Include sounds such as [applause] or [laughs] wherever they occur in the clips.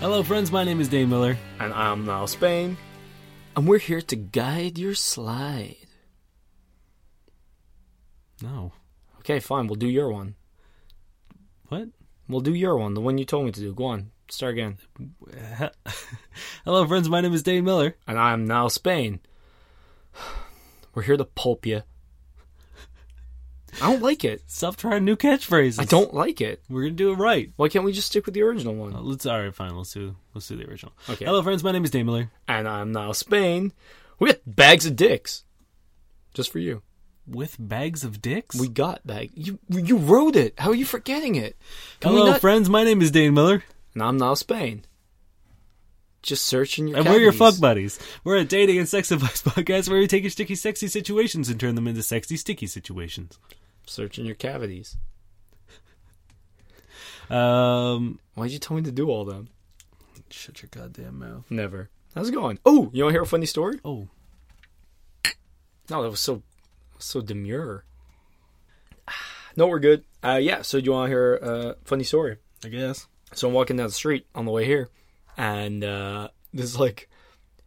Hello, friends. My name is Dane Miller. And I'm now Spain. And we're here to guide your slide. No. Okay, fine. We'll do your one. What? We'll do your one, the one you told me to do. Go on. Start again. Hello, friends. My name is Dane Miller. And I'm now Spain. [sighs] We're here to pulp you. I don't like it. Stop trying new catchphrases. I don't like it. We're gonna do it right. Why can't we just stick with the original Uh, one? Let's. All right. Fine. Let's do. Let's do the original. Okay. Hello, friends. My name is Dane Miller. And I'm now Spain. We got bags of dicks. Just for you. With bags of dicks. We got bag. You you wrote it. How are you forgetting it? Can we Hello, not- friends. My name is Dane Miller, And I'm now Spain. Just searching your and we're your cavities. fuck buddies. We're a dating and sex advice [laughs] podcast where we take your sticky, sexy situations and turn them into sexy, sticky situations. Searching your cavities. Um, Why'd you tell me to do all them? shut your goddamn mouth. Never. How's it going? Oh, you want to hear a funny story? Oh, No, that was so so demure. [sighs] No, we're good. Uh, yeah, so do you want to hear a funny story? I guess. So I'm walking down the street on the way here, and uh, this like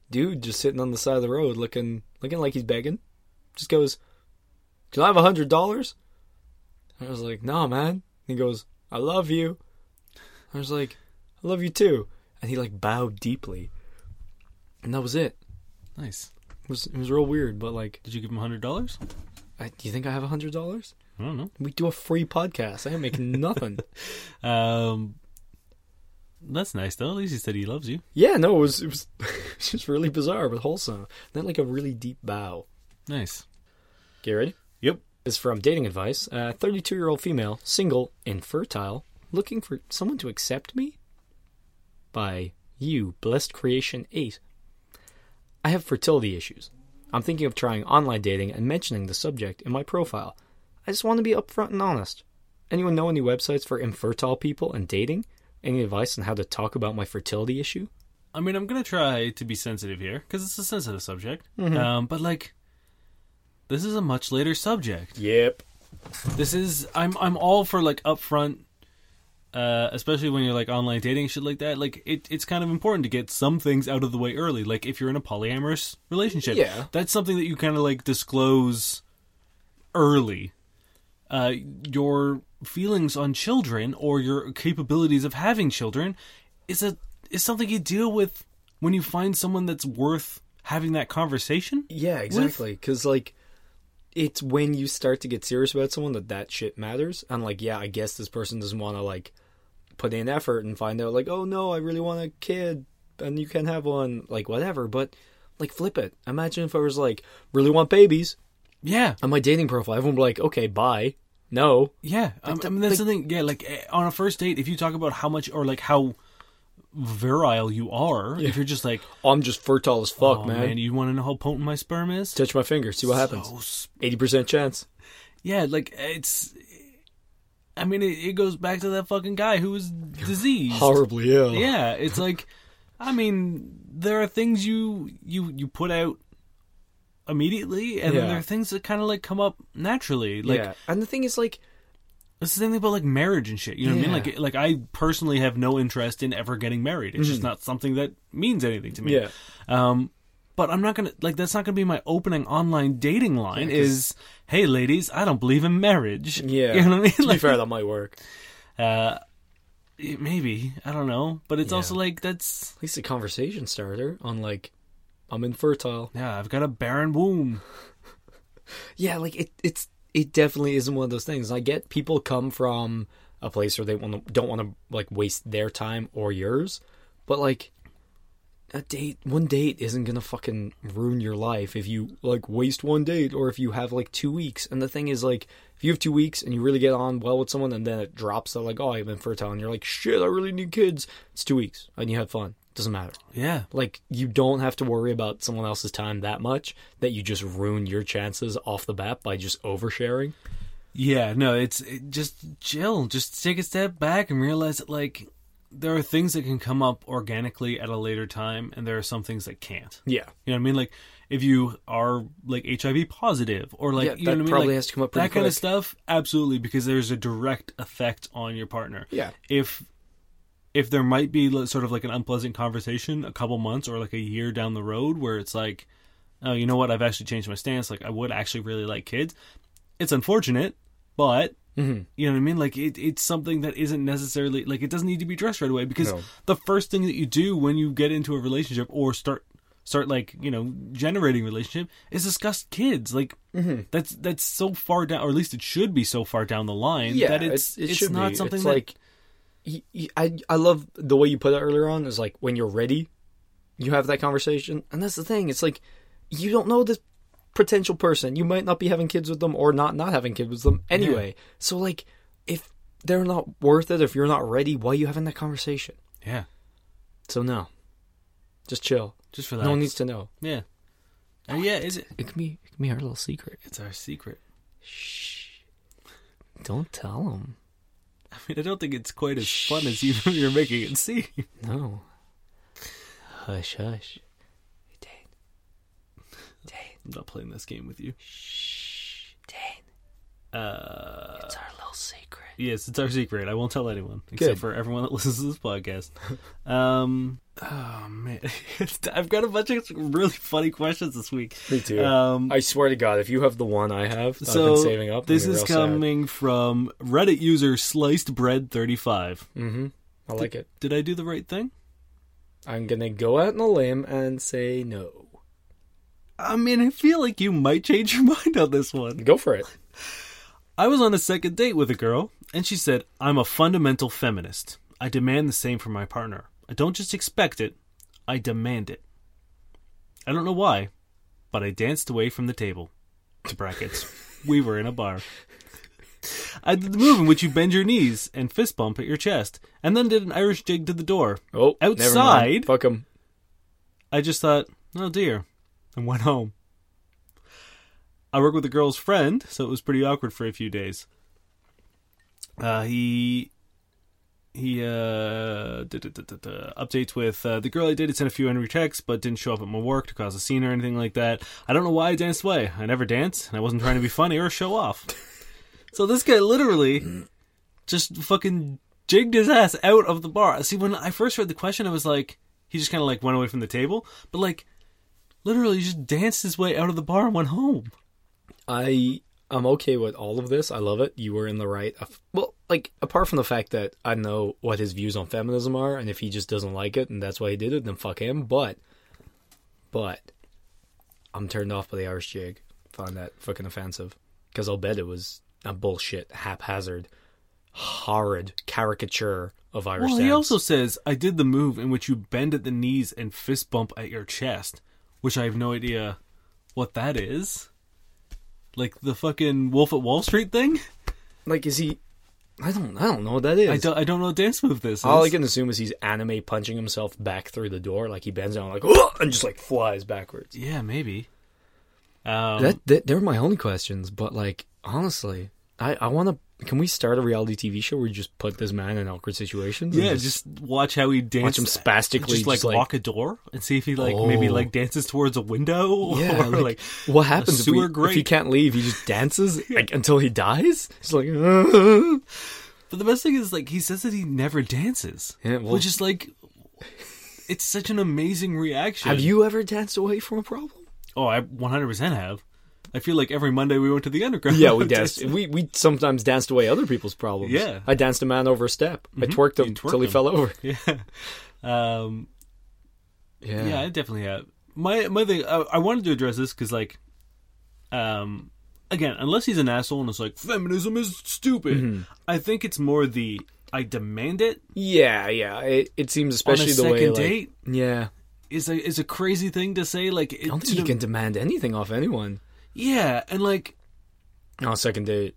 dude just sitting on the side of the road looking looking like he's begging. Just goes, "Can I have a hundred dollars?" I was like, "No, man." He goes, "I love you." I was like, "I love you too," and he like bowed deeply, and that was it. Nice. It was it was real weird, but like, Did you give him hundred dollars? I, do you think I have a hundred dollars? I don't know. We do a free podcast. I ain't making nothing. Um, that's nice though. At least he said he loves you. yeah, no, it was it was [laughs] it was just really bizarre but wholesome. Then like a really deep bow. Nice. Get ready. Yep. Is from dating advice. Uh, 32 year old female, single, infertile, looking for someone to accept me? By you, Blessed Creation 8. I have fertility issues. I'm thinking of trying online dating and mentioning the subject in my profile. I just want to be upfront and honest. Anyone know any websites for infertile people and dating? Any advice on how to talk about my fertility issue? I mean, I'm gonna try to be sensitive here because it's a sensitive subject. Um, but like, this is a much later subject. Yep. This is I'm I'm all for like upfront, uh, especially when you're like online dating shit like that. Like it, it's kind of important to get some things out of the way early. Like if you're in a polyamorous relationship, Yeah. that's something that you kind of like disclose early. Uh, your feelings on children or your capabilities of having children is a is something you deal with when you find someone that's worth having that conversation. Yeah, exactly. Because like, it's when you start to get serious about someone that that shit matters. And like, yeah, I guess this person doesn't want to like put in effort and find out like, oh no, I really want a kid, and you can have one, like whatever. But like, flip it. Imagine if I was like, really want babies Yeah, on my dating profile. Everyone would be like, okay, bye. No, Yeah, I, I mean that's the thing. Yeah, like eh, on a first date, if you talk about how much or like how virile you are, if you're just like, I'm just fertile as fuck, oh man. man, you want to know how potent my sperm is? Touch my finger, see what So happens. s- Eighty percent chance. yeah, like it's. I mean, it, it goes back to that fucking guy who [laughs] was diseased. Horribly ill. Yeah, it's like, I mean, there are things you you you put out immediately, and then Yeah. there are things that kind of like come up naturally. Like yeah. And the thing is, like, That's the thing about like marriage and shit. You know what I mean? Yeah. Like, like I personally have no interest in ever getting married. It's just not something that means anything to me. Mm-hmm. yeah, Um, but I'm not gonna like that's not gonna be my opening online dating line. is hey ladies, I don't believe in marriage. [laughs] yeah. You know what I mean? To be Like, fair, that might work. uh, it- maybe I don't know, but it's also like that's at least a conversation starter on like I'm infertile. yeah. I've got a barren womb. Yeah, like it it's it definitely isn't one of those things. I get people come from a place where they want to, don't want to like waste their time or yours, but like a date one date isn't going to fucking ruin your life if you like waste one date or if you have like 2 weeks. And the thing is like if you have 2 weeks and you really get on well with someone and then it drops they're like, "Oh, I'm infertile." And you're like, "Shit, I really need kids." It's 2 weeks and you had fun. Doesn't matter. Yeah. Like you don't have to worry about someone else's time that much that you just ruin your chances off the bat by just oversharing. Yeah, no, it's it, just chill. Just take a step back and realize that like there are things that can come up organically at a later time, and there are some things that can't. Yeah. You know what I mean? Like if you are like HIV positive or like Yeah, you that know what I mean? probably Like, has to come up that pretty kind quick. of stuff. Absolutely, because there's a direct effect on your partner. Yeah. If if there might be li- sort of like an unpleasant conversation a couple months or like a year down the road where it's like, oh, you know what? I've actually changed my stance. Like, I would actually really like kids. It's unfortunate, but Mm-hmm. you know what I mean? Like, it, it's something that isn't necessarily like it doesn't need to be addressed right away because No. the first thing that you do when you get into a relationship or start start like you know generating relationship is discuss kids like Mm-hmm. that's that's so far down or at least it should be so far down the line yeah, that it's it's it, it's should not be. something it's that like y- y- I I love the way you put it earlier on is like when you're ready, you have that conversation, and that's the thing. It's like you don't know this potential person. You might not be having kids with them or not not having kids with them anyway. So like if they're not worth it, if you're not ready, why are you having that conversation? yeah So no, just chill. just for that No one needs to know. yeah Uh, yeah is it It can be it can be our little secret. it's our secret [laughs] Don't tell them. I mean I don't think it's quite as fun as you you're making it seem No. Hush, hush. Dane. Dane. I'm not playing this game with you Shh. Dane. uh It's our little secret. yes it's our secret I won't tell anyone Good. except for everyone that [laughs] listens to this podcast um oh man [laughs] I've got a bunch of really funny questions this week Me too. um I swear to God, if you have the one I have, so I've been saving up. this is coming from Reddit user sliced bread 35. Mm-hmm. I like it. Did I do the right thing? I'm gonna go out on a limb and say no. I mean, I feel like you might change your [laughs] mind on this one. Go for it. I was on a second date with a girl, and she said, I'm a fundamental feminist. I demand the same from my partner. I don't just expect it, I demand it. I don't know why, but I danced away from the table. To brackets. we were in a bar. I did the move in which you bend your knees and fist bump at your chest, and then did an Irish jig to the door. Oh, never mind. Outside? Fuck him. I just thought, oh dear, and went home. I work with a girl's friend, so it was pretty awkward for a few days. Uh, he he uh, da- da- da- da- da. updates with uh, the girl I dated sent a few angry texts, but didn't show up at my work to cause a scene or anything like that. I don't know why I danced away. I never dance, and I wasn't trying to be funny or show off. [laughs] So this guy literally just fucking jigged his ass out of the bar. See, when I first read the question, I was like, he just kind of like went away from the table, but like literally just danced his way out of the bar and went home. I I'm okay with all of this. I love it. You were in the right. Of, well, like apart from the fact that I know what his views on feminism are, and if he just doesn't like it, and that's why he did it, then fuck him. But, but, I'm turned off by the Irish jig. Find that fucking offensive because I'll bet it was a bullshit, haphazard, horrid caricature of Irish. Well, he dance. also says, I did the move in which you bend at the knees and fist bump at your chest, which I have no idea what that is. Like the fucking Wolf at Wall Street thing? like is he? I don't I don't know what that is. I don't, I don't know what dance move this is. All I can assume is he's anime punching himself back through the door, like he bends down, like "Ugh," and just like flies backwards. yeah, maybe. Um, that, that they're my only questions, but like honestly, I I want to. Can we start a reality TV show where you just put this man in awkward situations? and yeah, just watch how he watch dances. him spastically, just like, walk a door and see if he like maybe Oh. like dances towards a window [laughs] Yeah, [laughs] or like, like what happens if, we- sewer if he grate. can't leave? He just [laughs] dances like until he dies. He's like, [laughs] But the best thing is, like, he says that he never dances, Yeah, well- which is like, it's such an amazing reaction. have you ever danced away from a problem? Oh, I 100% have. I feel like every Monday we went to the underground. Yeah, [laughs] we danced. We we sometimes danced away other people's problems. Yeah. I danced a man over a step. I Mm-hmm. twerked him twerked till he him. fell over. [laughs] Yeah, um, yeah, I definitely have. My my thing, I, I wanted to address this because, like, um, again, unless he's an asshole and it's like feminism is stupid, Mm-hmm. I think it's more the I demand it Yeah, yeah. It, it seems on especially a the second way. like- date yeah, is a is a crazy thing to say. Like, it, I don't think you can demand anything off anyone yeah, and like on a second date.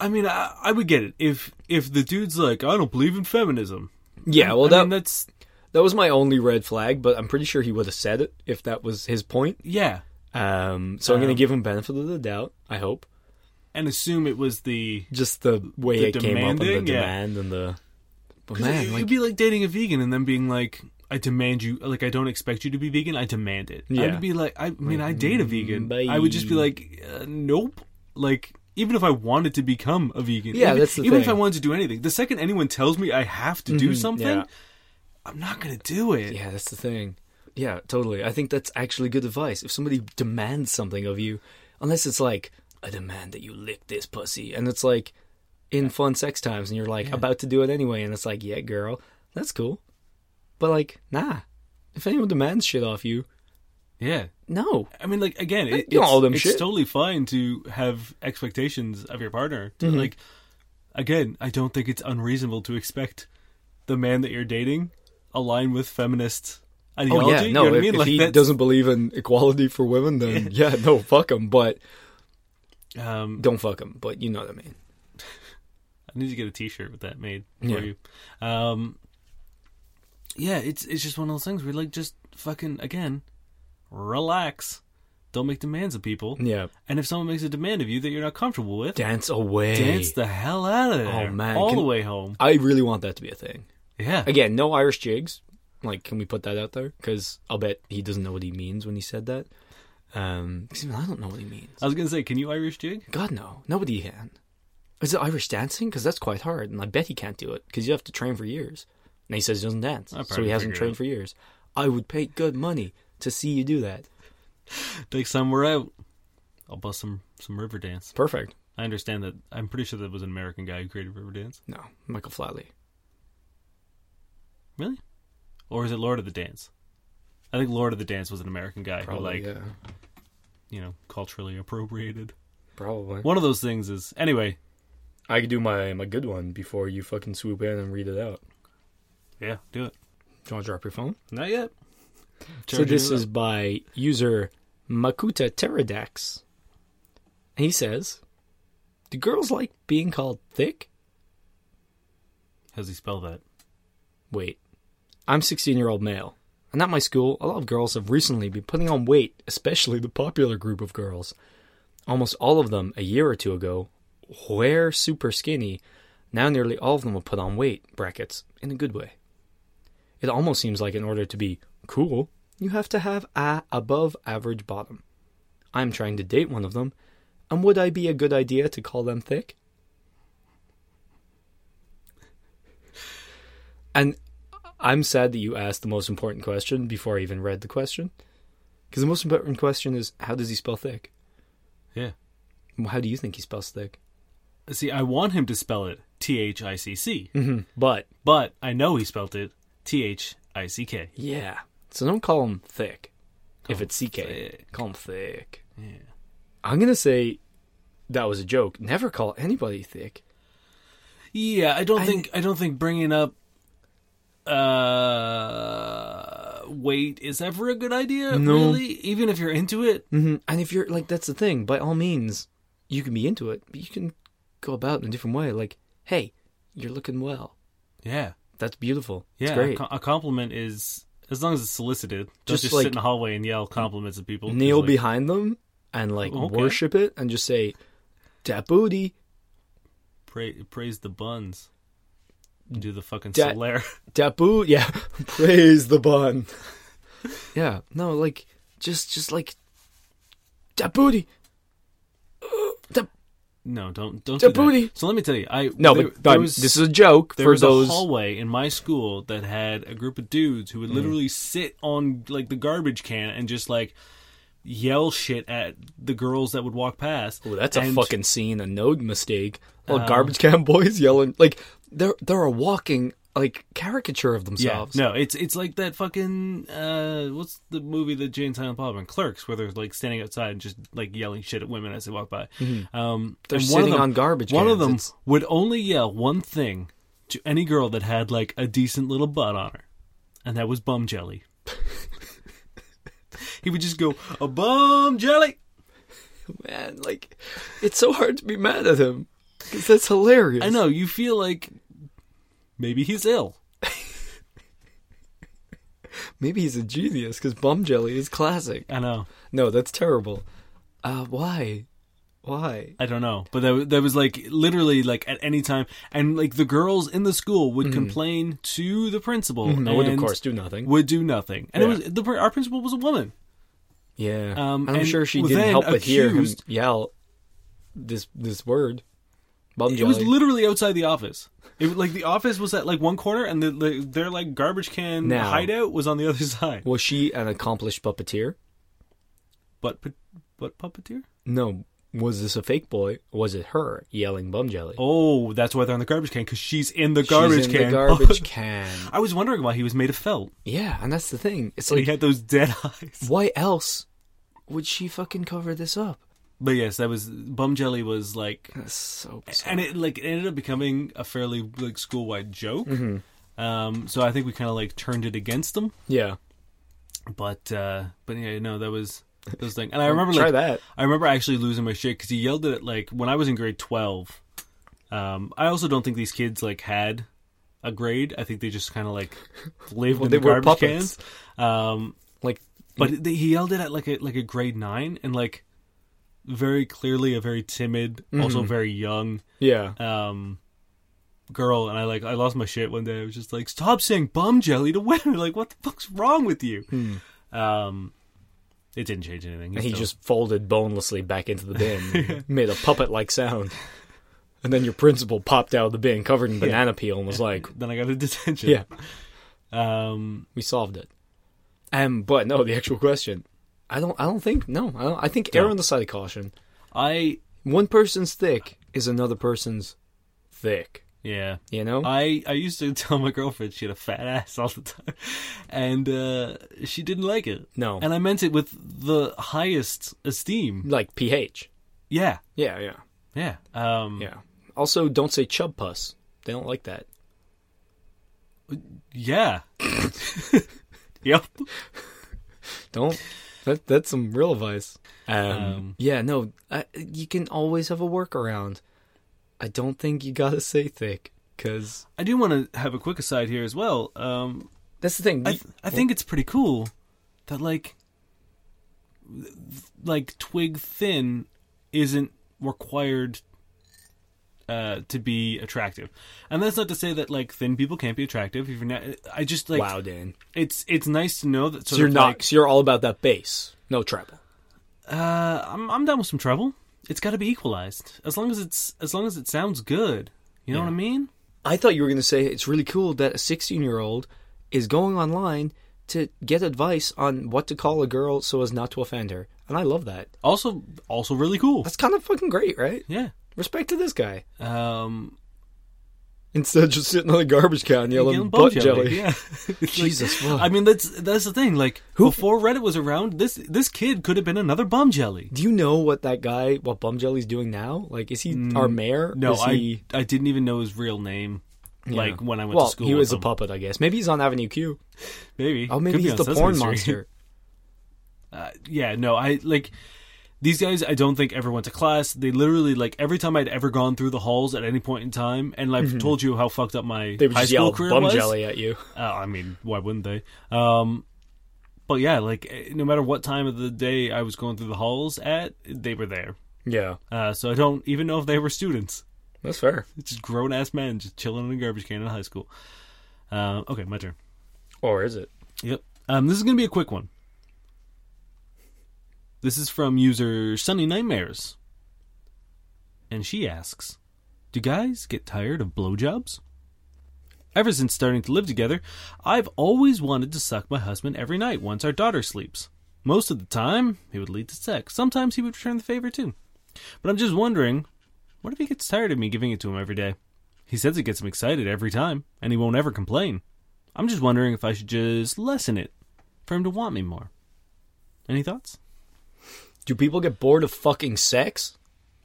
I mean, I, I would get it if if the dude's like, I don't believe in feminism. Yeah, well, I that mean, that's that was my only red flag, but I'm pretty sure he would have said it if that was his point. yeah, Um, so Uh-huh. I'm going to give him benefit of the doubt. I hope and assume it was the just the way The it came up and the demanding, yeah. demand and the. But man. It, man, would like, be like dating a vegan and then being like, I demand you, like I don't expect you to be vegan. I demand it. Yeah. I'd be like, I mean, I date a vegan. Bye. I would just be like, uh, nope. Like even if I wanted to become a vegan, Yeah, even, that's the even if thing. I Mm-hmm, wanted to do anything, the second anyone tells me I have to do something, yeah. I'm not going to do it. Yeah, that's the thing. Yeah, totally. I think that's actually good advice. If somebody demands something of you, unless it's like, I demand that you lick this pussy, and it's like in fun sex times, and you're like about to do it anyway, and it's like, yeah, girl, that's cool. But like, nah. If anyone demands shit off you, Yeah. no. I mean, like again, it, you know it's, all them it's shit. totally fine to have expectations of your partner. Mm-hmm. To, Like again, I don't think it's unreasonable to expect the man that you're dating align with feminist ideology. Oh yeah, you no. know what I if mean? if like he that's- doesn't believe in equality for women, then [laughs] yeah, no, fuck him. But Um, don't fuck him. But you know what I mean. I need to get a T-shirt with that made for Yeah. you. Um, yeah, it's it's just one of those things where like just fucking again, relax. Don't make demands of people. Yeah, And if someone makes a demand of you that you're not comfortable with, dance away. dance the hell out of there. Oh, man, all can- the way home. I really want that to be a thing. Yeah. Again, no Irish jigs. Like, can we put that out there? Because I'll bet he doesn't know what he means when he said that. Um, 'cause even I don't know what he means. I was gonna say, can you Irish jig? God no, nobody can. Is it Irish dancing? Because that's quite hard, and I bet he can't do it because you have to train for years. And he says he doesn't dance, so probably he hasn't figured it trained out. for years. I would pay good money to see you do that. Next time we're out, I'll bust some some river dance. Perfect. I understand that. I'm pretty sure that was an American guy who created river dance. No, Michael Flatley. Really? Or is it Lord of the Dance? I think Lord of the Dance was an American guy who like yeah. you know culturally appropriated. Probably. One of those things is anyway. I could do my my good one before you fucking swoop in and read it out. Yeah, do it. Do you want to drop your phone? Not yet. So this is by user Makuta Pterodax. And he says, Do girls like being called thick? how's he spell that? Wait. I'm 16 year old male. And at my school, a lot of girls have recently been putting on weight, especially the popular group of girls. Almost all of them, a year or two ago, were super skinny. Now nearly all of them will put on weight, brackets, in a good way. It almost seems like in order to be cool, you have to have a above average bottom. I'm trying to date one of them, and would I be a good idea to call them thick? And I'm sad that you asked the most important question before I even read the question. Because the most important question is how does he spell thick? Yeah. How do you think he spells thick? See, I want him to spell it T H I C C, But but I know he spelled it T H I C K. yeah, so don't call him thick. if it's CK, thick. call him thick. Yeah. I'm gonna say that was a joke. Never call anybody thick. Yeah, I don't think I don't think bringing up uh weight is ever a good idea. No. Really, even if you're into it, hmm And if you're like, that's the thing. By all means, you can be into it, but you can go about in a different way. Like, hey, you're looking well. yeah, That's beautiful. yeah. it's great. A, co- a compliment is as long as it's solicited. Don't Just just, like- sit in the hallway and yell compliments at people. 'cause, kneel like, behind them and like Okay. worship it and just say dat booty pra- praise the buns. Do the fucking Da- solaire. [laughs] dat boo [laughs] yeah praise the bun yeah no like just just like dat booty Uh, dat- No, don't don't Da do that. booty. So let me tell you, I no there- but there um, was- this is a joke there for was those a hallway in my school that had a group of dudes who Mm. would literally sit on like the garbage can and just like yell shit at the girls that would walk past. Ooh, that's a And- Uh, fucking scene a node mistake all garbage can [laughs] boys yelling like they're they're a walking like caricature of yeah. themselves No, it's it's like that fucking uh, what's the movie that Jane Silent Bob and Clerks where they're like standing outside and just like yelling shit at women as they walk by. Um, Mm-hmm. They're and one of sitting them- on garbage One of cans. them It's- would only yell one thing to any girl that had like a decent little butt on her, and that was bum jelly. [laughs] he would just go a bum jelly. man like it's so hard to be mad at him 'cause that's hilarious I know you feel like maybe he's ill. Maybe he's a genius because Bum Jelly is classic. I know. No, that's terrible. Uh, why? Why? I don't know, but that, wa- that was like literally like at any time, and like the girls in the school would complain to the principal. I would, Mm-hmm. Oh, of and course, do nothing. would do nothing, and Yeah. it was the pr- our principal was a woman. yeah. Um, I'm and sure she was didn't then help but hear him accused- yell, this this word. Bum It was jelly. literally outside the office. It like the office was at like one corner, and the, the their like garbage can Now- hideout was on the other [laughs] side. was she an accomplished puppeteer? But but, but puppeteer. No. Was this a fake boy? Was it her yelling bum jelly? Oh, that's why they're on the garbage can because she's in the garbage She's in can. The garbage can. [laughs] I was wondering why he was made of felt. Yeah, and that's the thing. It's And he like, had those dead [laughs] eyes. why else would she fucking cover this up? But yes, that was Bum Jelly was like, That's so. bizarre. and it like it ended up becoming a fairly like school wide joke. Mm-hmm. Um, so I think we kind of like turned it against them. Yeah, But uh, but yeah, no, that was those thing. And I remember try like that. I remember actually losing my shit because he yelled at it like when I was in grade twelve. Um, I also don't think these kids like had a grade. I think they just kind of like lived Well, in they the were garbage puppets. Mm-hmm. cans. Um, Like, but they, he yelled it at like a like a grade nine and like very clearly a very timid, Mm-hmm. also very young yeah, um girl. And I like I lost my shit one day. I was just like, stop saying bum jelly to women. [laughs] Like, what the fuck's wrong with you? Um, it didn't change anything. and Hmm. he still- just folded bonelessly back into the bin, made a puppet-like sound, and then your principal popped out of the bin covered in banana peel and was like, then I got a [laughs] detention. "Yeah, Um, we solved it." Um, but no, the actual question, I don't, I don't think no, I don't. I think err on the side of caution. I One person's thick is another person's thick. yeah. You know, I, I used to [laughs] tell my girlfriend she had a fat ass all the time, and uh, she didn't like it. No. and I meant it with the highest esteem. like pH. Yeah, Yeah, yeah, yeah, um, yeah. Also, don't say chub pus. They don't like that. yeah. [laughs] yep. Don't. That that's some real advice. Um, Um, yeah, no, I, you can always have a workaround. I don't think you gotta [laughs] say thick because I do want to have a quick aside here as well. Um, that's the thing. I we- th- I think it's pretty cool that like th- like twig thin isn't required uh, to be attractive, and that's not to say that like thin people can't be attractive. If you're not, uh, I just like wow, Dan, it's it's nice to know that. Sort so you're of, not. Like, so you're all about that bass, no treble. uh, I'm I'm down with some trouble. It's got to be equalized as long as it's as long as it sounds good. You know what I mean? I thought you were gonna say it's really cool that a 16 year old is going online to get advice on what to call a girl so as not to offend her, and I love that. Also, also really cool. That's kind of fucking great, right? Yeah. Respect to this guy. Um, Instead of just sitting on a garbage can yelling, Galen butt Bojo, jelly. like, [laughs] Yeah. It's like- Jesus, what? I mean, that's that's the thing. Like before Reddit was around, this this kid could have been another bum jelly. Do you know what that guy, what Bum Jelly's doing now? Like, is he our mayor? Mm, No, is I he, I didn't even know his real name. Like when I went well, to school, he with was a him. puppet, I guess. Maybe he's on Avenue Q. Maybe Oh, maybe Could be he's on the Sesame porn Street. monster. [laughs] Uh, yeah, no, I like these guys. I don't think ever went to class. They literally like every time I'd ever gone through the halls at any point in time, and I've told you how fucked up my Mm-hmm. They would high just school yell career Bum was. Jelly at you. [laughs] Uh, I mean, why wouldn't they? Um, but yeah, like eh, no matter what time of the day I was going through the halls at, they were there. Yeah, Uh, so I don't even know if they were students. that's fair. It's just grown ass men just chilling in a garbage can in high school. Uh, okay, my turn. Or is it? Yep. Um, this is gonna be a quick one. This is from user Sunny Nightmares, and she asks, "Do guys get tired of blowjobs?" Ever since starting to live together, I've always wanted to suck my husband every night once our daughter sleeps. Most of the time, it would lead to sex. Sometimes he would return the favor too. But I'm just wondering, what if he gets tired of me giving it to him every day? He says it gets him excited every time, and he won't ever complain. I'm just wondering if I should just lessen it for him to want me more. Any thoughts? Do people get bored of fucking sex?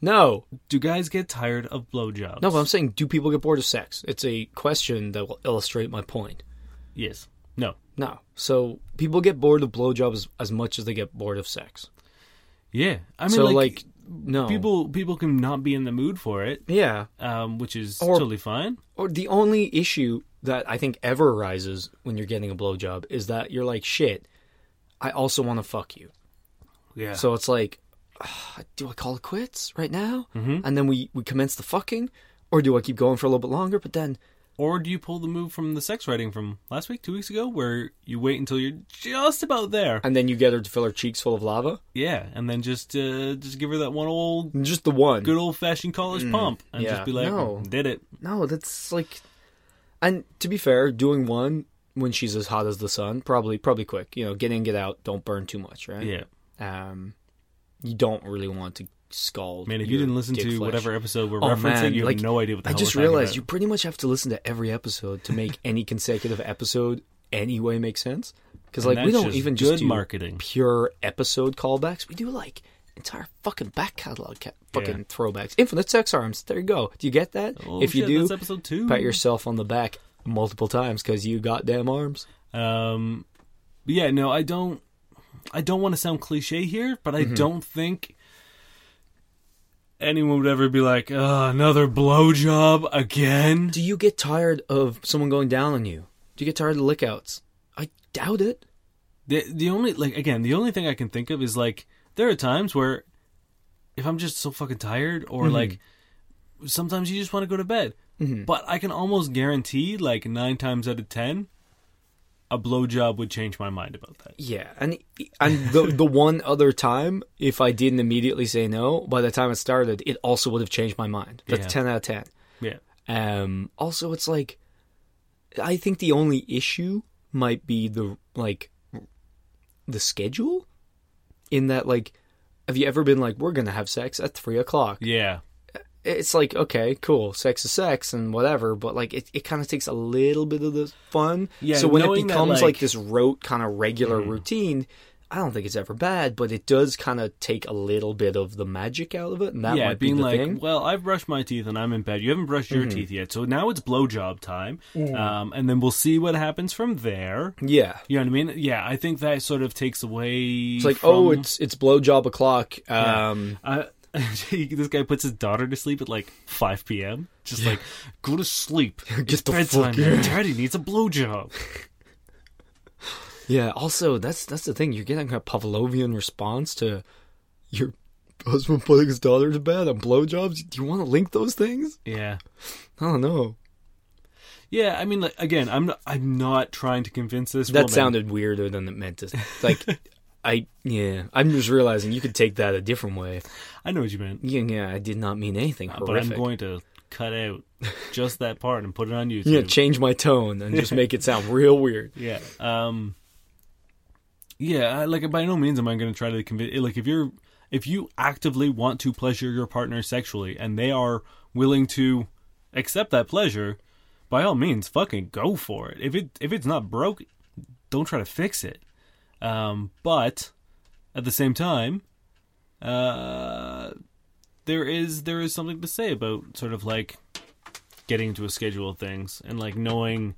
No. Do guys get tired of blowjobs? No, but I'm saying, do people get bored of sex? It's a question that will illustrate my point. yes. No. No. So, people get bored of blowjobs as much as they get bored of sex. Yeah. I mean, so, like, like, oh. no. people people can not be in the mood for it, Yeah. um, which is Or- totally fine. Or the only issue that I think ever arises when you're getting a blowjob is that you're like, shit, I also want to fuck you. Yeah. So So it's like, ah, do I call it quits right now? Mm-hmm. And then we, we commence the fucking? Or do I keep going for a little bit longer? But then Or do you pull the move from the sex writing from last week, two weeks ago, where you wait until you're just about there? And then you get her to fill her cheeks full of lava. Yeah, and then just uh, just give her that one old And just the one. good old fashioned college pump and Mm, yeah. just be like, No. did it. No, that's like, and to be fair, doing one when she's as hot as the sun, probably probably quick. You know, get in, get out. Don't burn too much, right? Yeah. Um, you don't really want to scald. Man, if you your didn't listen dick to flesh. whatever episode we're Oh, referencing, man, you have like, no idea what the I hell just we're talking realized you about. pretty much have to listen to every episode to make any consecutive episode anyway make sense. Because And like we that's don't just even good just do marketing. pure episode callbacks. We do like entire fucking back catalog ca- fucking Yeah. throwbacks. Infinite sex arms. There you go. Do you get that? Oh, if you shit, do, that's episode two. pat yourself on the back multiple times because you got damn arms. Um, but yeah, no, I don't. I don't want to sound cliche here, but I Mm-hmm. don't think anyone would ever be like, "Ugh, another blowjob again. Do you get tired of someone going down on you? Do you get tired of lickouts? I doubt it. The the only like again, the only thing I can think of is like there are times where if I'm just so fucking tired or Mm-hmm. like sometimes you just want to go to bed. But I can almost guarantee like 9 times out of 10 a blowjob would change my mind about that. Yeah, and and the the one other time, if I didn't immediately say no, by the time it started, it also would have changed my mind. That's Yeah. ten out of ten. Yeah. Um, also, it's like I think the only issue might be the like the schedule, in that like, have you ever been like we're gonna have sex at three o'clock? Yeah. It's like okay, cool, sex is sex and whatever, but like it, it kind of takes a little bit of the fun. Yeah, So when it knowing that, becomes like- Mm-hmm. like this rote kind of regular routine. I don't think it's ever bad, but it does kind of take a little bit of the magic out of it, and that yeah, might being be the like, thing. Mm-hmm. well, I've brushed my teeth and I'm in bed. You haven't brushed your teeth yet. So now it's blowjob time. Mm. Um, and then we'll see what happens from there. Yeah, You know what I mean? Yeah, I think that sort of takes away It's like, from- oh, it's it's blowjob o'clock. Um, [laughs] [laughs] I, Uh, this guy puts his daughter to sleep at like 5 p.m. Just like, go to [laughs] sleep. Get it's the fuck bedtime. here. Daddy needs a blowjob. [laughs] yeah. Also, that's that's the thing. You're getting a Pavlovian response to your [laughs] husband putting his daughter to bed on blowjobs. Do you want to link those things? Yeah. I don't know. Yeah, I mean, like, again, I'm not, I'm not trying to convince this That woman. sounded weirder than it meant to. [laughs] Like, I yeah. I'm just realizing you could take that a different way. I know what you meant, Yeah, yeah. I did not mean anything Uh, but I'm horrific. going to cut out just that part and put it on YouTube. yeah, change my tone and just make it sound real weird. Yeah. Um. Yeah, I, like by no means am I going to try to convince. Like, if you're if you actively want to pleasure your partner sexually and they are willing to accept that pleasure, by all means, fucking go for it. If it if it's not broke, don't try to fix it. Um. But at the same time, uh, there is there is something to say about sort of like getting into a schedule of things and like knowing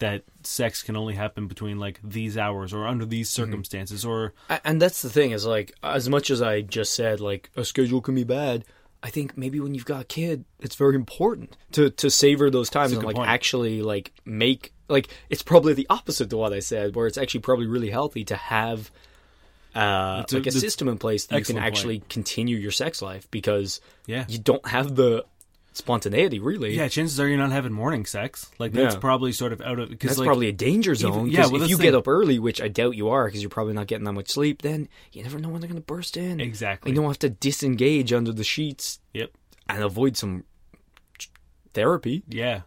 that sex can only happen between like these hours or under these Mm-hmm. circumstances or A- and that's the thing is like as much as i just said like a schedule can be bad i think maybe when you've got a kid it's very important to to savor those times a and good like point. actually like make like it's probably the opposite to what i said where it's actually probably really healthy to have uh, a- like a that's- system in place that you can excellent point. actually continue your sex life because Yeah. you don't have the spontaneity really yeah chances are you're not having morning sex like that's Yeah. probably sort of out of because that's like probably a danger zone. yeah, 'cause well, that's if you the get thing. up early, which I doubt you are, because you're probably not getting that much sleep, then you never know when they're going to burst in. Exactly. You don't have to disengage under the sheets yep and avoid some therapy. yeah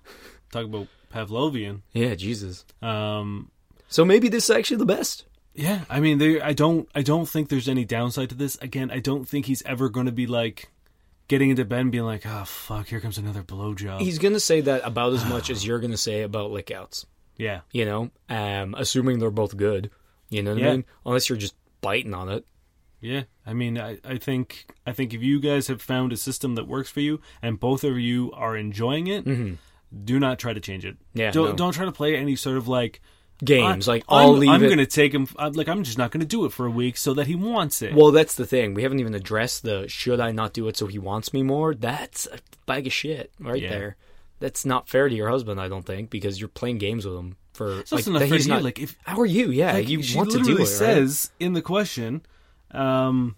talk about pavlovian Yeah, Jesus. um So maybe this is actually the best. yeah i mean there i don't i don't think there's any downside to this again i don't think he's ever going to be like getting into bed and being like oh fuck here comes another blowjob He's going to say that about as much as you're going to say about lickouts. yeah You know, um, assuming they're both good. You know what Yeah. I mean? Unless you're just biting on it. Yeah, I mean, I, I think I think if you guys have found a system that works for you and both of you are enjoying it, do not try to change it. Mm-hmm. Yeah, don't no. don't try to play any sort of like Games I- like I'll I'm, leave I'm it. gonna take him. I'm, like I'm just not gonna do it for a week so that he wants it. Well, that's the thing. We haven't even addressed the should I not do it so he wants me more? That's a bag of shit right Yeah. there. That's not fair to your husband, I don't think, because you're playing games with him for also not that fair he's to you, like, if- how are you? Yeah, Like, you she want to literally do it. right? says in the question, um,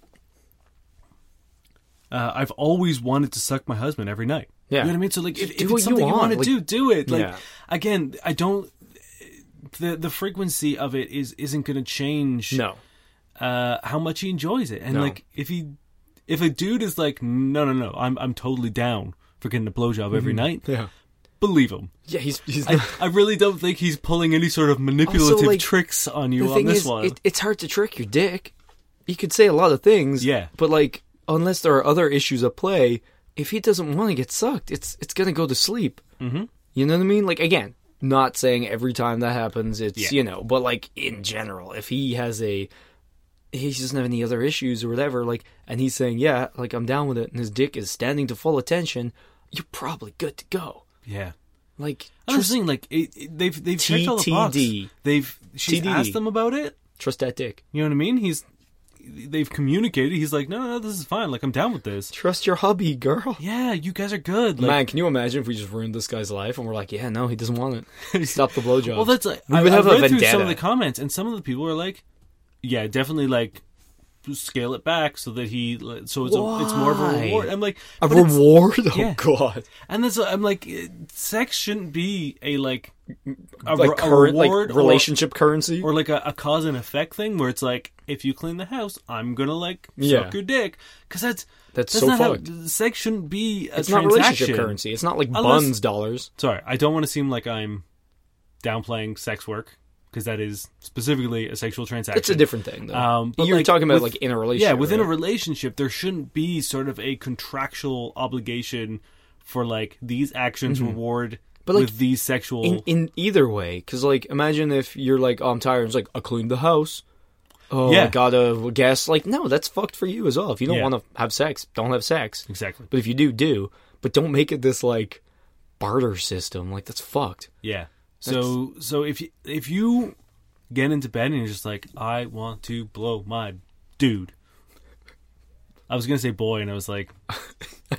uh, "I've always wanted to suck my husband every night." Yeah. You know what I mean? So like, if, do if what it's you something you want, want to like- do, do it. Like Yeah. again, I don't. The the frequency of it is isn't going to change No. uh, how much he enjoys it. And No. like, if he if a dude is like, no, no, no, I'm I'm totally down for getting a blowjob every night. Mm-hmm. Yeah. Believe him. Yeah, he's he's I, I really don't think he's pulling any sort of manipulative like, tricks on the you on thing this is, one. It, it's hard to trick your dick. You could say a lot of things. Yeah. But like, unless there are other issues at play, if he doesn't want to get sucked, it's it's gonna go to sleep. Mm-hmm. You know what I mean? Like again, not saying every time that happens, it's Yeah. you know, but like in general, if he has a he doesn't have any other issues or whatever, like, and he's saying, yeah, like I'm down with it, and his dick is standing to full attention, you're probably good to go. yeah. Like, I'm just saying, like it, it- they've they've checked all the boxes. TTD. They've she's TDD. asked them about it. trust that dick. You know what I mean? He's they've communicated. He's like, no, no, no, this is fine. Like I'm down with this. Trust your hubby, girl. Yeah, you guys are good. Like, Man, can you imagine if we just ruined this guy's life and we're like, yeah, no, he doesn't want it. [laughs] Stop the blowjob. well, that's like We I, would I have a read through some vendetta. of the comments, and some of the people are like, yeah, definitely like scale it back so that he so it's a, it's more of a Why? reward. I'm like a but it's- reward. [laughs] Oh yeah. god, and that's I'm like it- sex shouldn't be a like a, like re- a current, reward like or- relationship currency. or like a, a cause and effect thing where it's like if you clean the house i'm gonna like Yeah. suck your dick because that's That's so not how fucked. sex shouldn't be a it's not transaction relationship currency. It's not like Unless- buns dollars. sorry i don't want to seem like i'm downplaying sex work because that is specifically a sexual transaction It's a different thing. Though. Um, but You're like, talking about with- like in a relationship. yeah within a right? relationship there shouldn't be sort of a contractual obligation for like these actions reward Mm-hmm. But, like, with these sexual in in either way, because like imagine if you're like, oh, I'm tired. It's like I cleaned the house. Oh, Yeah. I gotta guess. Like, no, that's fucked for you as well. If you don't Yeah. want to have sex, don't have sex. exactly But if you do, do. But don't make it this like barter system. Like that's fucked. Yeah. So so if you, if you get into bed and you're just like, I want to blow my dude. I was gonna say boy, and I was like, [laughs] I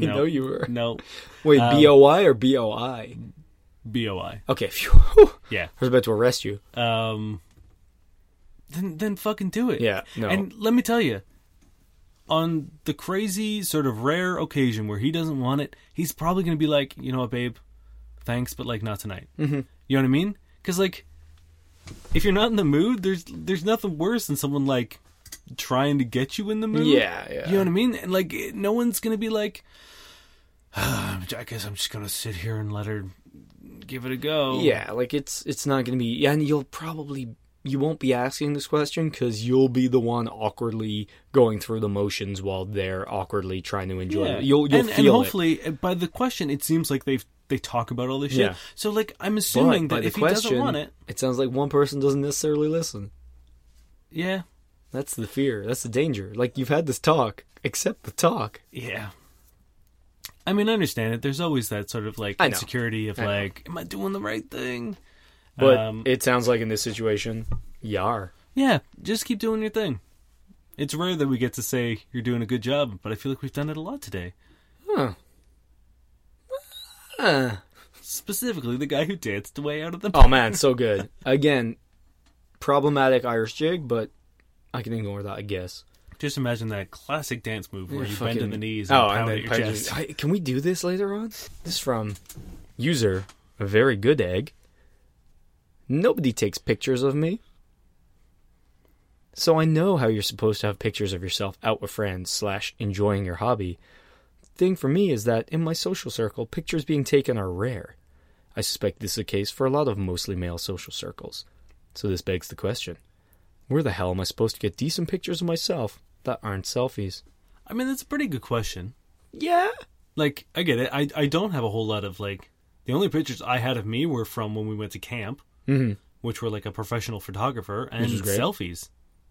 No. know you were. no, Wait, Um, BOI or BOI? B O I. Okay, [laughs] phew. I Yeah. was about to arrest you. Um. Then then fucking do it. Yeah, no. And let me tell you. On the crazy sort of rare occasion where he doesn't want it, he's probably going to be like, you know what, babe, thanks, but like not tonight. Mm-hmm. You know what I mean? Because like, if you're not in the mood, there's there's nothing worse than someone like trying to get you in the mood. Yeah, yeah. You know what I mean? And like, it- no one's going to be like, "Ah, I guess I'm just going to sit here and let her give it a go. Yeah, like it's it's not going to be and you'll probably you won't be asking this question cuz you'll be the one awkwardly going through the motions while they're awkwardly trying to enjoy Yeah. it. You'll you'll and, feel and it. hopefully uh, by the question it seems like they've they talk about all this shit Yeah. so like i'm But assuming by that the if he question, doesn't want it it sounds like one person doesn't necessarily listen. yeah That's the fear. That's the danger. Like you've had this talk, accept the talk. yeah i mean i understand it there's always that sort of like I know. insecurity of I know. like am i doing the right thing But Um, it sounds like in this situation, you are. yeah just keep doing your thing it's rare that we get to say you're doing a good job but i feel like we've done it a lot today Huh. Huh. specifically the guy who danced away out of the [laughs] Oh man, so good. Again, problematic Irish jig, but I can ignore that, I guess. just imagine that classic dance move where you bend Fucking- in the knees and Oh, pound then at your pound chest I- can we do this later on? This is from user a very good egg. Nobody takes pictures of me. So I know how you're supposed to have pictures of yourself out with friends slash enjoying your hobby. Thing for me is that in my social circle, pictures being taken are rare. I suspect this is the case for a lot of mostly male social circles. So this begs the question: Where the hell am I supposed to get decent pictures of myself that aren't selfies? I mean that's a pretty good question Yeah, like I get it. I I don't have a whole lot of like the only pictures I had of me were from when we went to camp, which were like a professional photographer and Mm-hmm. is great. selfies.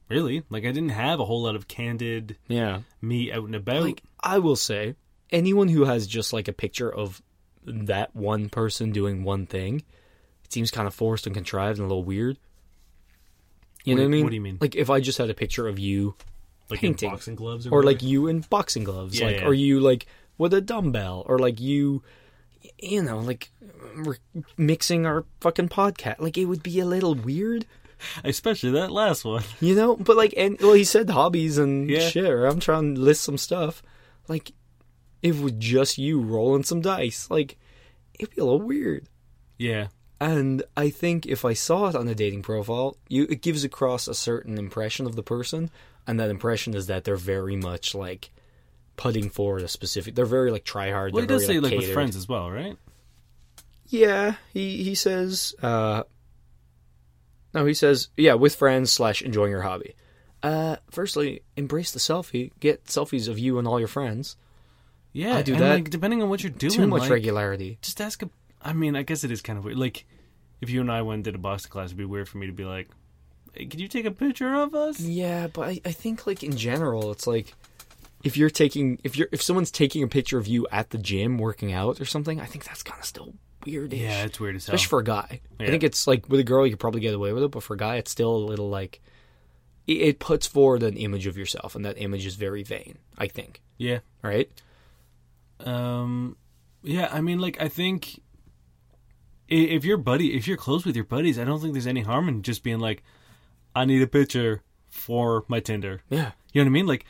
Really, like I didn't have a whole lot of candid yeah. me out and about. Like I will say, anyone who has just like a picture of that one person doing one thing, it seems kind of forced and contrived and a little weird. You know What what I do- mean? what do you mean? Like if I just had a picture of you like painting. in boxing gloves or, or like whatever. you in boxing gloves, Yeah, like yeah. or you like with a dumbbell, or like you, you know, like we're mixing our fucking podcast. Like it would be a little weird, especially that last one. [laughs] you know. But like, and well, he said hobbies and Yeah. shit. Or I'm trying to list some stuff. Like, if it was just you rolling some dice, like it'd be a little weird. Yeah. And I think if I saw it on a dating profile, you it gives across a certain impression of the person, and that impression is that they're very much like putting forward a specific. They're very like try hard. Well, he they're does very, say like with catered. friends as well, right? Yeah, he he says. Uh, no, he says yeah with friends slash enjoying your hobby. Uh, firstly, embrace the selfie. Get selfies of you and all your friends. Yeah, I do and, that Like, depending on what you're doing, Too much like, regularity. Just ask. A, I mean, I guess it is kind of weird. Like, if you and I went and did a boxing class, it'd be weird for me to be like, hey, "Can you take a picture of us?" Yeah, but I, I think like in general, it's like if you're taking if you're if someone's taking a picture of you at the gym working out or something, I think that's kind of still weirdish. Yeah, it's weird as hell. especially for a guy. I Yeah. think it's like with a girl you could probably get away with it, but for a guy, it's still a little like it, it puts forward an image of yourself, and that image is very vain. I think. yeah. Right? Um, yeah. I mean, like, I think i- if your buddy, if you're close with your buddies, I don't think there's any harm in just being like, "I need a picture for my Tinder." Yeah. You know what I mean? Like,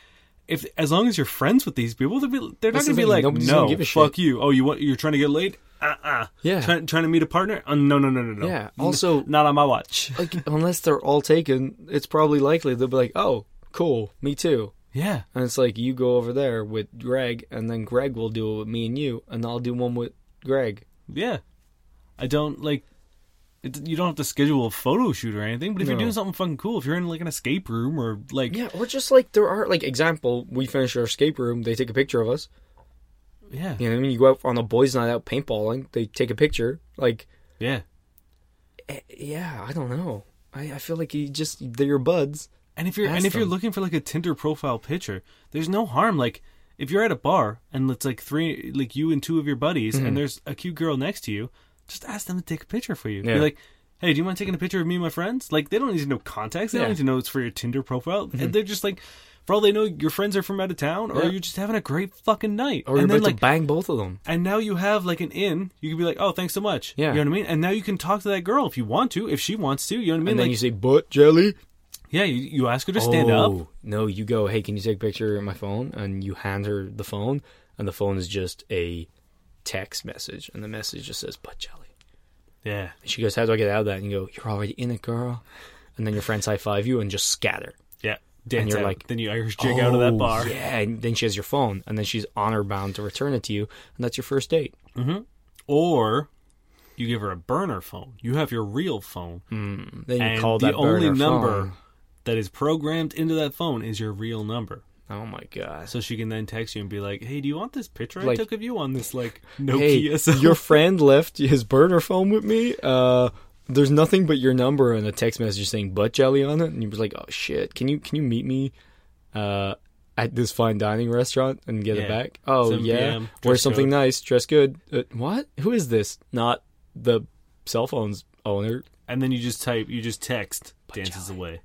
if as long as you're friends with these people, they're, be, they're not going That's to the be thing, like, nobody's gonna no, give a fuck shit." you. Oh, you want you're trying to get laid? Uh uh Yeah. Trying trying to meet a partner? Uh, no, no, no, no, no. Yeah, N- also- not on my [laughs] watch. [laughs] like unless they're all taken, it's probably likely they'll be like, "Oh, cool, me too." Yeah, And it's like you go over there with Greg, and then Greg will do it with me and you, and I'll do one with Greg. yeah. I don't like. It, you don't have to schedule a photo shoot or anything, but if you're No. doing something fucking cool, if you're in like an escape room or like yeah, Yeah, or just like there are like example, we finish our escape room, they take a picture of us. yeah, You know, what I mean, you go out on a boys' night out paintballing, they take a picture. Like, eh, yeah, I don't know. I, I feel like you just they're your buds. And if you're Ask and if you're them. looking for like a Tinder profile picture, there's no harm. Like if you're at a bar and it's like three, like you and two of your buddies, Mm-hmm. and there's a cute girl next to you, just ask them to take a picture for you. Yeah. Be like, hey, do you mind taking a picture of me and my friends? Like they don't need to know context. They Yeah. Mm-hmm. don't need to know it's for your Tinder profile. And they're just like, for all they know, your friends are from out of town, or Yeah. you're just having a great fucking night. Or you're and about then like. to bang both of them. and now you have like an in. You can be like, "Oh, thanks so much." Yeah. you know what I mean. And now you can talk to that girl if you want to, if she wants to. You know what I mean? And then like, you say, butt jelly. yeah, you, you ask her to stand up. Oh, No, you go, hey, can you take a picture of my phone? And you hand her the phone, and the phone is just a text message, and the message just says, butt jelly. Yeah, And she goes, how do I get out of that? And you go, you're already in it, girl. And then your friends high five you and just scatter. Yeah. Dance And you're out. like, then you Irish jig out of that Oh, bar. Yeah, and then she has your phone, and then she's honor bound to return it to you, and that's your first date. Or you give her a burner phone. You have your real phone. Then you and Hmm. call the that only burner number phone. that is programmed into that phone is your real number. Oh my god! So she can then text you and be like, "Hey, do you want this picture Like- I took of you on this like Hey, Nokia?" [laughs] cell?" your friend left his burner phone with me. Uh, there's nothing but your number and a text message saying "butt jelly" on it, and you was like, "Oh shit! Can you can you meet me?" Uh. At this fine dining restaurant and get it Yeah. back. Oh 7 yeah, p.m., wear dress something code. nice, dress good. Uh, what? Who is this? Not the cell phone's owner. and then you just type, you just text, dances away.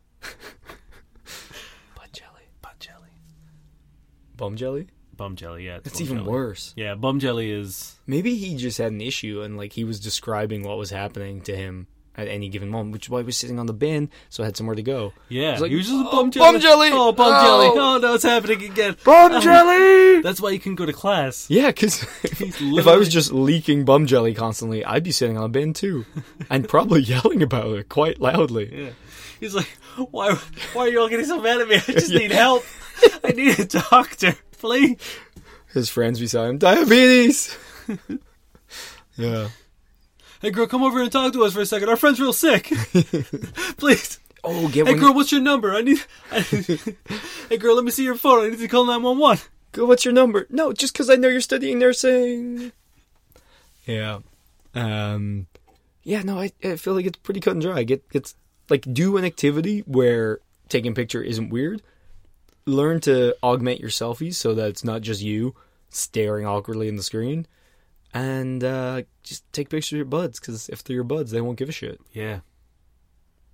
Butt jelly, Butt jelly, bum jelly. bum jelly. Yeah, it's That's bum even jelly. worse. Yeah, bum jelly is Maybe he just had an issue and like he was describing what was happening to him at any given moment, which is why he was sitting on the bin, so I had somewhere to go. yeah. It's like, he was just a "Oh, bum jelly. bum jelly! Oh, bum Oh!" jelly. Oh no, it's happening again. Bum jelly. That's why you can go to class. Yeah, [laughs] because if I literally- was just leaking bum jelly constantly, I'd be sitting on a bin [laughs] too, and probably yelling about it quite loudly. Yeah. He's like, why, why are you all getting so mad [laughs] at me? I just need help. I need a doctor, please. His friends beside him, [laughs] diabetes. yeah. Hey, girl, come over and talk to us for a second. Our friend's real [laughs] sick. please. Oh, get Hey, one. girl, what's your number? I need. I, [laughs] hey, girl, let me see your phone. I need to call 911. Go, what's your number? No, just because I know you're studying nursing. Yeah. Um, yeah, no, I, I feel like it's pretty cut and dry. Get, it's like do an activity where taking a picture isn't weird. Learn to augment your selfies so that it's not just you staring awkwardly in the screen. And uh, just take pictures of your buds because if they're your buds, they won't give a shit. Yeah.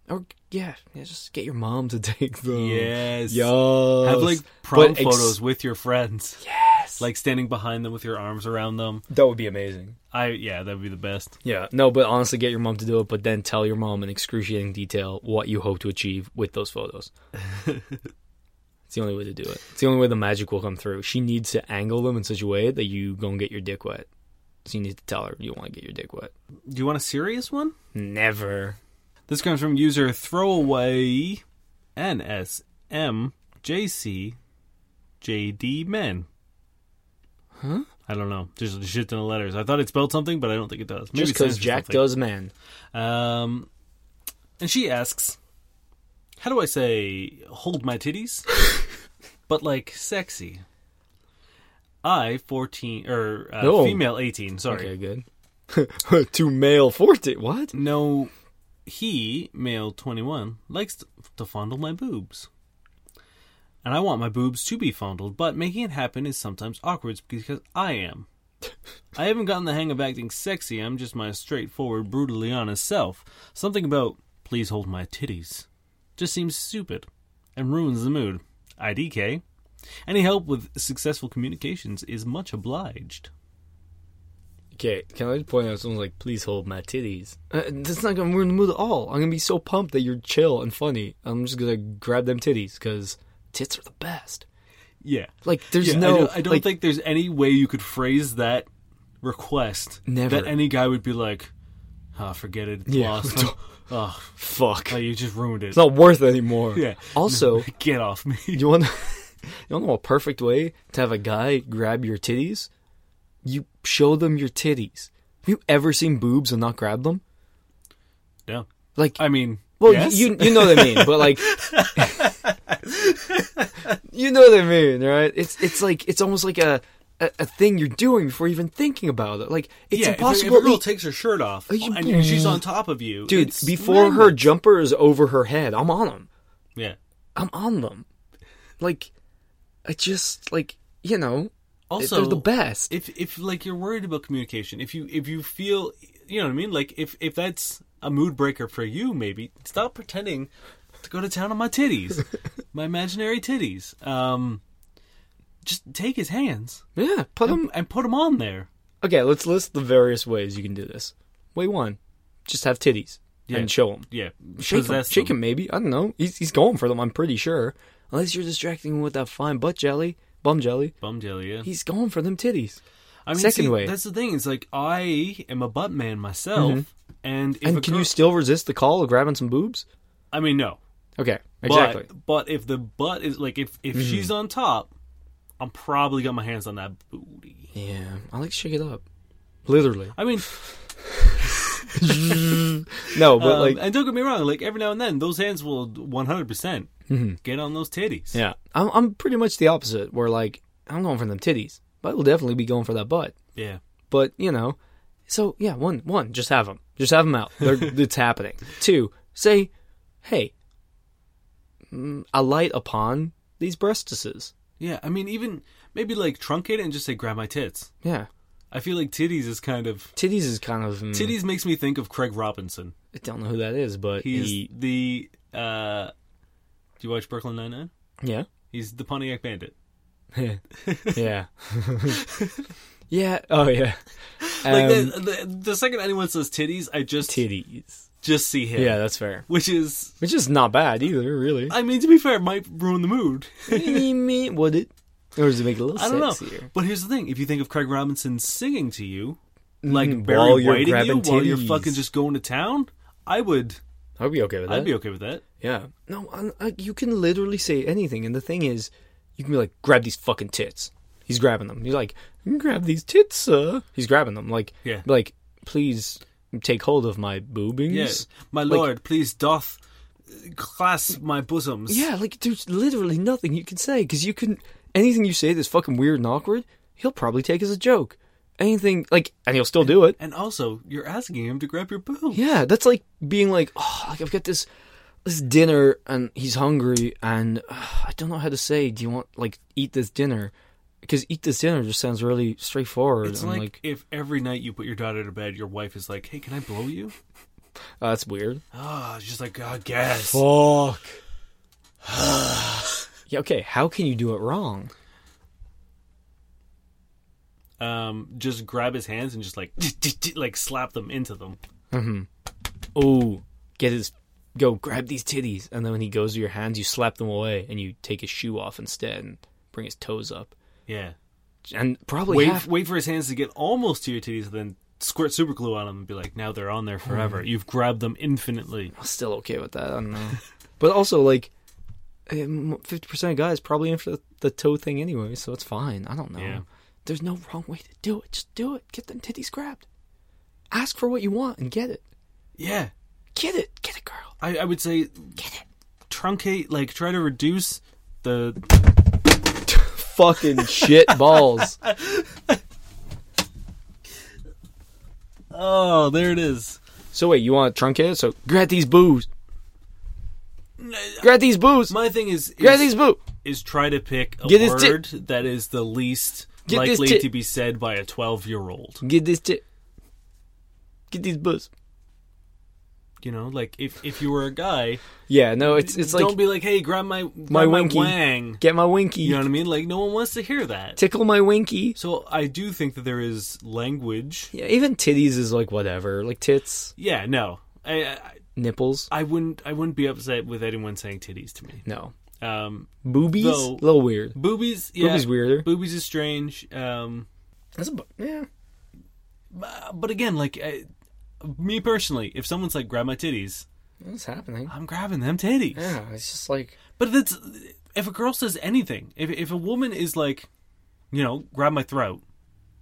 Or, yeah, yeah just get your mom to [laughs] take them. Yes. Yo. Have like prom But ex- photos with your friends. Yes. Like standing behind them with your arms around them. That would be amazing. I yeah, that'd be the best. Yeah, no, but honestly, get your mom to do it, but then tell [laughs] your mom in excruciating detail what you hope to achieve with those photos. It's the only way to do it. It's the only way the magic will come through. She needs to angle them in such a way that you go and get your dick wet. So you need to tell her you want to get your dick wet. Do you want a serious one? Never. This comes from user throwaway NSM JC JD men. Huh? I don't know. Just a shit ton of letters. I thought it spelled something, but I don't think it does. Maybe Just it stands because for Jack something. does, man. Um, and she asks, "How do I say hold my [laughs] titties, but like sexy?" I fourteen or uh, No. female eighteen. Sorry, Okay, good. [laughs] Two male forty. What? no, he male twenty one likes to, to fondle my boobs. And I want my boobs to be fondled, but making it happen is sometimes awkward because I am. I haven't gotten the hang of acting sexy. I'm just my straightforward, brutally honest self. Something about please hold my titties just seems stupid and ruins the mood. IDK. Any help with successful communications is much obliged. Okay, can I just point out someone's like, please hold my titties? Uh, that's not gonna ruin the mood at all. I'm gonna be so pumped that you're chill and funny. I'm just gonna grab them titties because tits are the best. Yeah. Like, there's Yeah, no. I don't, I don't like, think there's any way you could phrase that request Never. that any guy would be like, "Ah, forget it, it's Yeah. [laughs] lost. oh, Fuck. oh, you just ruined it. it's not worth it anymore. Yeah. Also, [laughs] Get off me." [laughs] you want [laughs] you want to know a perfect way to have a guy grab your titties? You show them your titties. Have you ever seen boobs and not grab them? no, Like, I mean, Well, yes? you you know what I mean, [laughs] but like, you know what I mean, right? It's it's like it's almost like a a, a thing you're doing before even thinking about it. Like it's yeah, if a- impossible. If a girl to- takes her shirt off you- and you- she's on top of you, dude, it's before her horrendous. jumper is over her head, I'm on them. yeah. I'm on them. Like, I just like you know, Also, they're the best. if if like you're worried about communication if you if you feel you know what i mean like if if that's a mood breaker for you maybe stop pretending to go to town on my [laughs] titties my imaginary titties um just take his hands yeah, put them. and put them on there Okay, let's list the various ways you can do this. Way one, just have titties Yeah. and show them. yeah Shake him, possess shake them. him, maybe. I don't know. He's, he's going for them. I'm pretty sure. Unless you're distracting him with that fine butt jelly, bum jelly. bum jelly yeah He's going for them titties. I mean, second see, way. that's the thing it's like i am a butt man myself and if a Mm-hmm. and can girl- you still resist the call of grabbing some boobs? i mean no Okay, exactly. Mm-hmm. But, but if the butt is like if if she's on top i'm probably got my hands on that booty yeah, I like to shake it up. Literally. I mean, No, but um, like, and don't get me wrong. Like every now and then, those hands will 100 percent get on those titties. Mm-hmm. yeah, I'm, I'm pretty much the opposite. Where like, I'm going for them titties, but I will definitely be going for that butt. yeah. But you know, so yeah, one, one, just have them, just have them out. They're, [laughs] it's happening. Two, say, hey, mm, I light upon these breastises. Yeah, I mean, even maybe like truncate it and just say grab my tits. Yeah, I feel like titties is kind of titties is kind of. mm, titties makes me think of Craig Robinson. I don't know who that is, but He's he, the. uh Do you watch Brooklyn Nine Nine? [laughs] yeah, He's the Pontiac Bandit. [laughs] yeah, yeah. Oh yeah, Like Um, the, the, the second anyone says titties, I just titties. just see him. Yeah, that's fair. Which is, Which is not bad either, really. I mean, to be fair, might ruin the mood. Would it? [laughs] Or does it make it a little I don't sexier? know. But here's the thing: if you think of Craig Robinson singing to you, like Mm, Barry while you're Whiting you, grabbing while you're titties. fucking just going to town, I would, I'd be okay with that. I'd be okay with that. Yeah. No, I, I, you can literally say anything, and the thing is, you can be like, "Grab these fucking tits." He's grabbing them. You're like, "Grab these tits, sir." He's grabbing them. Like, Yeah. Like, please take hold of my boobings. Yeah, my lord, please doth clasp my bosoms. Yeah, like there's literally nothing you can say because you can anything you say that's fucking weird and awkward, he'll probably take as a joke. Anything like, and he'll still do it. And also, you're asking him to grab your boob. Yeah, that's like being like, oh, like I've got this this dinner and he's hungry and uh, I don't know how to say. Do you want like eat this dinner? Because eat this dinner just sounds really straightforward. It's and like, like, if every night you put your daughter to bed, your wife is like, "Hey, can I blow you?" oh, [sighs] that's weird. Ah, she's like, "Ah, guess." Fuck. [sighs] yeah. Okay. How can you do it wrong? Um, just grab his hands [laughs] and just like, like slap them into them. Oh, get his go grab these titties, and then when he goes with your hands, you slap them away and you take his shoe off instead and bring his toes up. Yeah. And probably Wait, half wait for his hands to get almost to your titties, and then squirt super glue on them and be like, now they're on there Mm. forever. You've grabbed them infinitely. I'm still okay with that. I don't know, [laughs] but also like. um, Fifty percent of guys probably in for the, the toe thing anyway, so it's fine. I don't know. Yeah. There's no wrong way to do it. Just do it. Get them titties grabbed. Ask for what you want and get it. Yeah. Get it. Get it, girl. I, I would say Get it. truncate, like, try to reduce the. [laughs] Fucking shit balls. Oh, there it is. So wait, you want to truncate it? So grab these boos. Grab these boos. My thing is. Grab is- these boos. is try to pick a Get his tit- word that is the least Get this likely tit- to be said by a 12 year old. Get this tit. Get these boos. You know, like if, if you were a guy, Yeah, no, it's it's like don't be like, hey, grab my grab my my, winky. wang. get my winky. You know what I mean? Like, no one wants to hear that. Tickle my winky. So I do think that there is language. Yeah, even titties is like whatever. Like tits, Yeah, no. I, I nipples. I wouldn't I wouldn't be upset with anyone saying titties to me. No. Um, Boobies? Though- a little weird. boobies, yeah, Boobies weirder. Boobies is strange. Um, That's a bu- yeah. uh, but again, like I, me personally, if someone's like grab my titties, What's happening? I'm grabbing them titties. Yeah, it's just like But that's if a girl says anything, if if a woman is like, you know, grab my throat,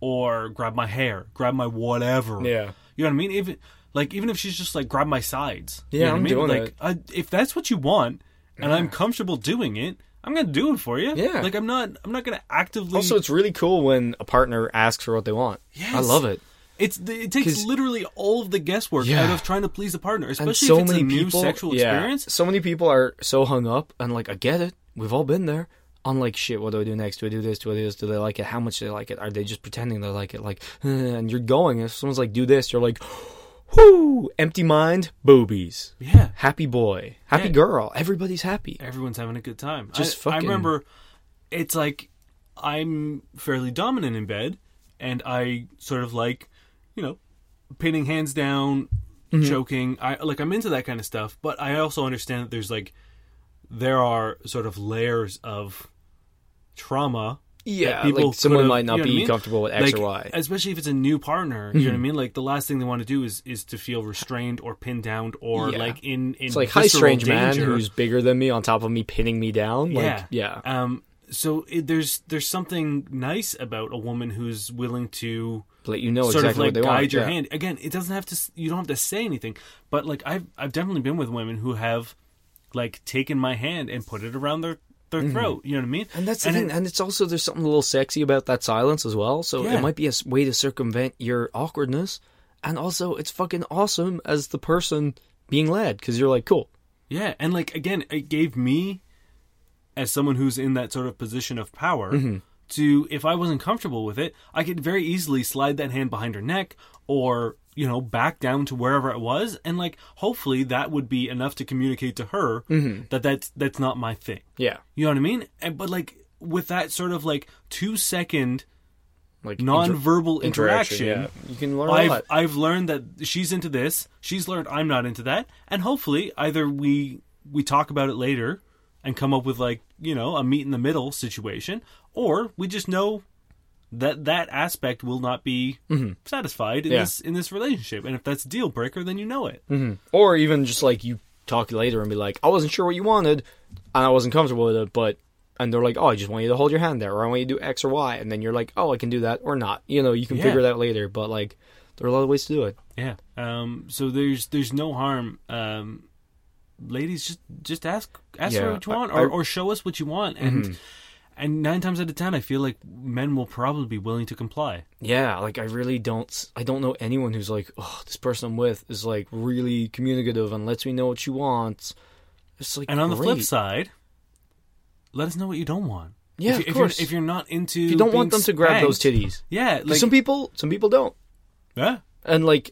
or grab my hair, grab my whatever. Yeah. You know what I mean? Even like even if she's just like grab my sides. you Yeah, know what I'm I mean? doing like I, if that's what you want, and I'm comfortable doing it, I'm gonna do it for you. Yeah. Like I'm not I'm not gonna actively. also it's really cool when a partner asks for what they want. Yes. I love it. it's it takes 'cause- literally all of the guesswork Yeah. out of trying to please a partner, especially And so if it's many a new people sexual yeah, experience. So many people are so hung up and like I get it. We've all been there. On like shit, what do I do next? Do I do this? Do I do this? Do they like it? How much do they like it? Are they just pretending they like it? Like [laughs] eh, and you're going. If someone's like, do this, you're like, [gasps] whoo, empty mind, boobies. Yeah. Happy boy. Happy Yeah. girl. Everybody's happy. everyone's having a good time. Just I, fucking- I remember, it's like I'm fairly dominant in bed, and I sort of like, you know, pinning hands down, Mm-hmm. choking. I like I'm into that kind of stuff, but I also understand that there's like, there are sort of layers of trauma. Yeah, that people like someone could've- might not you know be what I mean? comfortable with X Like, or Y. Mm-hmm. especially if it's a new partner. You know what I mean? Like the last thing they want to do is is to feel restrained or pinned down or Yeah. like in in It's like hi, strange man danger. who's bigger than me on top of me pinning me down. Like, yeah, Um, so it, there's there's something nice about a woman who's willing to Let you know sort exactly of like what they guide want. your yeah. hand. Again, it doesn't have to. s- You don't have to say anything. But like I've I've definitely been with women who have like taken my hand and put it around their their throat. You know what I mean? Mm-hmm. And that's the thing. and it's also there's something a little sexy about that silence as well. So Yeah. it might be a s- way to circumvent your awkwardness, and also it's fucking awesome as the person being led because you're like, cool, Yeah, and like again, it gave me as someone who's in that sort of position of power Mm-hmm. to if I wasn't comfortable with it, I could very easily slide that hand behind her neck or, you know, back down to wherever it was and like hopefully that would be enough to communicate to her Mm-hmm. that that's that's not my thing. yeah, You know what I mean? And but like with that sort of like 2 second like inter- nonverbal interaction, interaction. yeah. You can learn a I've lot. I've learned that she's into this. She's learned I'm not into that, and hopefully either we we talk about it later and come up with like you know a meet in the middle situation, or we just know that that aspect will not be satisfied in Yeah. this in this relationship. And if that's a deal breaker, then you know it. Or even just like you talk later and be like, I wasn't sure what you wanted and I wasn't comfortable with it, but and they're like, Oh, I just want you to hold your hand there or I want you to do X or Y and then you're like, Oh, I can do that or not. You know, you can Yeah. figure that later, but like there are a lot of ways to do it. Yeah. Um. So there's there's no harm. Um. Ladies, just just ask ask Yeah, for what you I- want, I- Mm-hmm. or, or show us what you want, and and nine times out of ten, I feel like men will probably be willing to comply. Yeah, like I really don't I don't know anyone who's like, Oh, this person I'm with is like really communicative and lets me know what you want. It's like And on the flip great. side, let us know what you don't want. Yeah, if, you- of if course. You're, if you're not into, if you don't want being them to grab those spanked- titties. yeah, 'Cause like some people some people don't. yeah, and like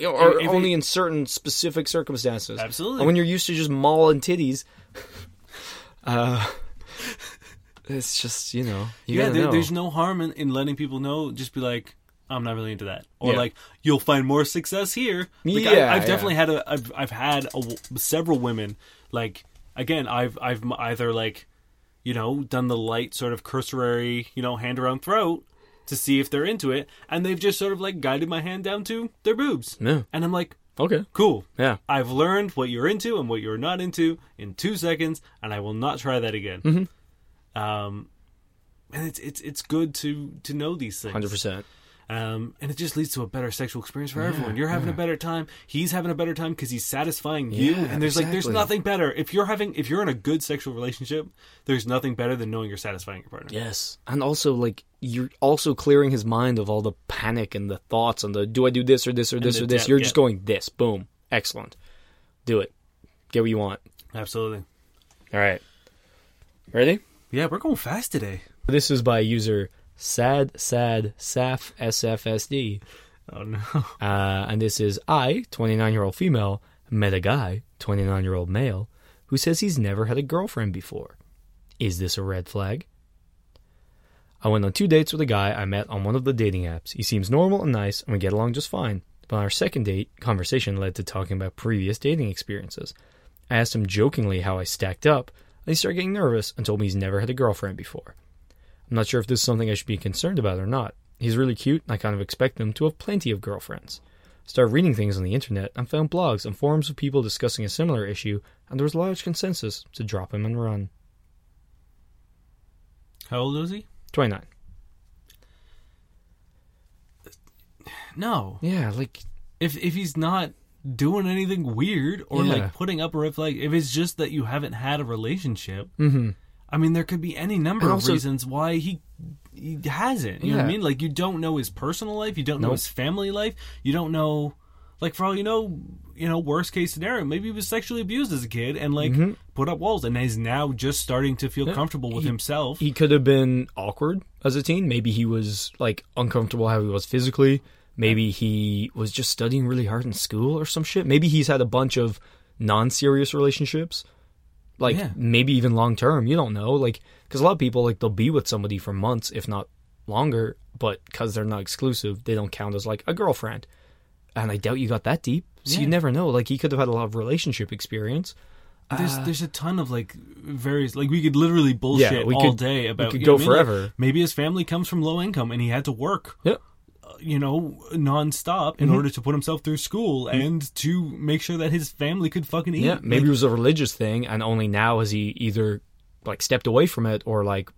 or if it- only in certain specific circumstances. Absolutely. And when you're used to just mauling titties, [laughs] uh, it's just you know you yeah. gotta There, know. there's no harm in, in letting people know. Just be like, I'm not really into that. Or Yeah. like you'll find more success here. Like, Yeah, I, I've yeah. definitely had a I've I've had a w several women like again I've I've m- either like you know done the light sort of cursory you know hand around throat to see if they're into it, and they've just sort of like guided my hand down to their boobs. Yeah. And I'm like, Okay. cool. Yeah. I've learned what you're into and what you're not into in two seconds, and I will not try that again. Mm-hmm. Um, and it's it's it's good to to know these things, Hundred percent. um, and it just leads to a better sexual experience for everyone. You're having a better time. He's having a better time because he's satisfying you. Yeah, And there's like there's exactly. nothing better if you're having if you're in a good sexual relationship. There's nothing better than knowing you're satisfying your partner. Yes. And also like you're also clearing his mind of all the panic and the thoughts and the do I do this or this or this the or this. depth, you're yeah. just going this. Boom. Excellent. Do it. Get what you want. Absolutely. All right. Ready? Yeah, we're going fast today. This is by user sad sad saf sfsd. Oh no. [laughs] Uh, and this is I, 29 year old female, met a guy, 29 year old male, who says he's never had a girlfriend before. Is this a red flag? I went on two dates with a guy I met on one of the dating apps. He seems normal and nice, and we get along just fine. But on our second date, conversation led to talking about previous dating experiences. I asked him jokingly how I stacked up, and he started getting nervous and told me he's never had a girlfriend before. I'm not sure if this is something I should be concerned about or not. He's really cute, and I kind of expect him to have plenty of girlfriends. Started reading things on the internet and found blogs and forums of people discussing a similar issue, and there was a large consensus to drop him and run. How old is he? 29. No. Yeah, like, if if he's not doing anything weird or Yeah. like putting up a red flag, if it's just that you haven't had a relationship, I mean, there could be any number Mm-hmm. of And also- reasons why he he hasn't. You know what I Yeah. mean? Like you don't know his personal life, you don't know Nope. his family life, you don't know. Like for all you know, you know, worst case scenario, maybe he was sexually abused as a kid and like put up walls, and is now just starting to feel comfortable with himself. Mm-hmm. he could have been awkward as a teen. Maybe he was, like, uncomfortable how he was physically. Maybe he was just studying really hard in school or some shit. Maybe he's had a bunch of non serious relationships. Like, Yeah. maybe even long term. You don't know. Like, because a lot of people, like, they'll be with somebody for months, if not longer, but because they're not exclusive, they don't count as, like, a girlfriend. And I doubt you got that deep. So you Yeah. never know. Like, he could have had a lot of relationship experience. There's Uh, there's a ton of like various like we could literally bullshit we all could- day we about could you know go what I mean? Like, forever. maybe his family comes from low income and he had to work, Yeah. uh, you know, nonstop Mm-hmm. in order to put himself through school and to make sure that his family could fucking eat. Yeah, maybe Like, it was a religious thing, and only now has he either like stepped away from it or like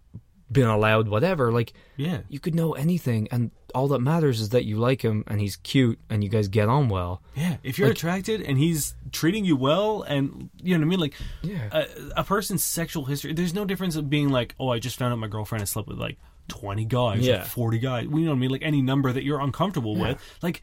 been allowed whatever. Like yeah, you could know anything, and all that matters is that you like him and he's cute and you guys get on well. yeah. If you're attracted and he's treating you well, and you know what I mean, like Yeah. a, a person's sexual history. There's no difference of being like, oh, I just found out my girlfriend has slept with like 20 guys, or Yeah. 40 guys. You know what I mean? Like any number that you're uncomfortable with, like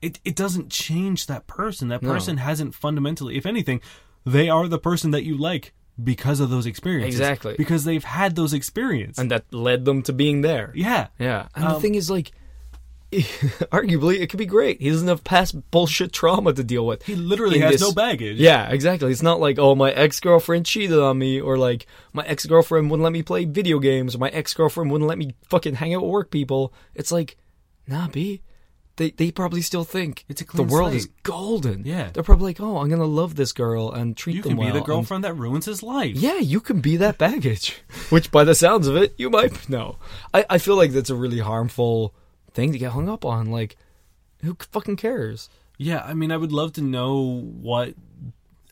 it it doesn't change that person. That person hasn't fundamentally, if anything, they are the person that you like because of those experiences. Exactly. because they've had those experiences. And that led them to being there. yeah, Yeah. And the thing is, like, [laughs] arguably, it could be great. He doesn't have past bullshit trauma to deal with. he literally in has this- no baggage. Yeah, exactly. It's not like, oh, my ex girlfriend cheated on me, or like, my ex girlfriend wouldn't let me play video games, or my ex girlfriend wouldn't let me fucking hang out with work people. It's like, nah, B. They, they probably still think It's a the clean world is slate. golden. Yeah. They're probably like, oh, I'm going to love this girl and treat you them can well. be the and- girlfriend that ruins his life. yeah, you can be that baggage, [laughs] which by the sounds of it, you might. [laughs] No, I, I feel like that's a really harmful thing to get hung up on. Like, who c- fucking cares? Yeah, I mean, I would love to know what.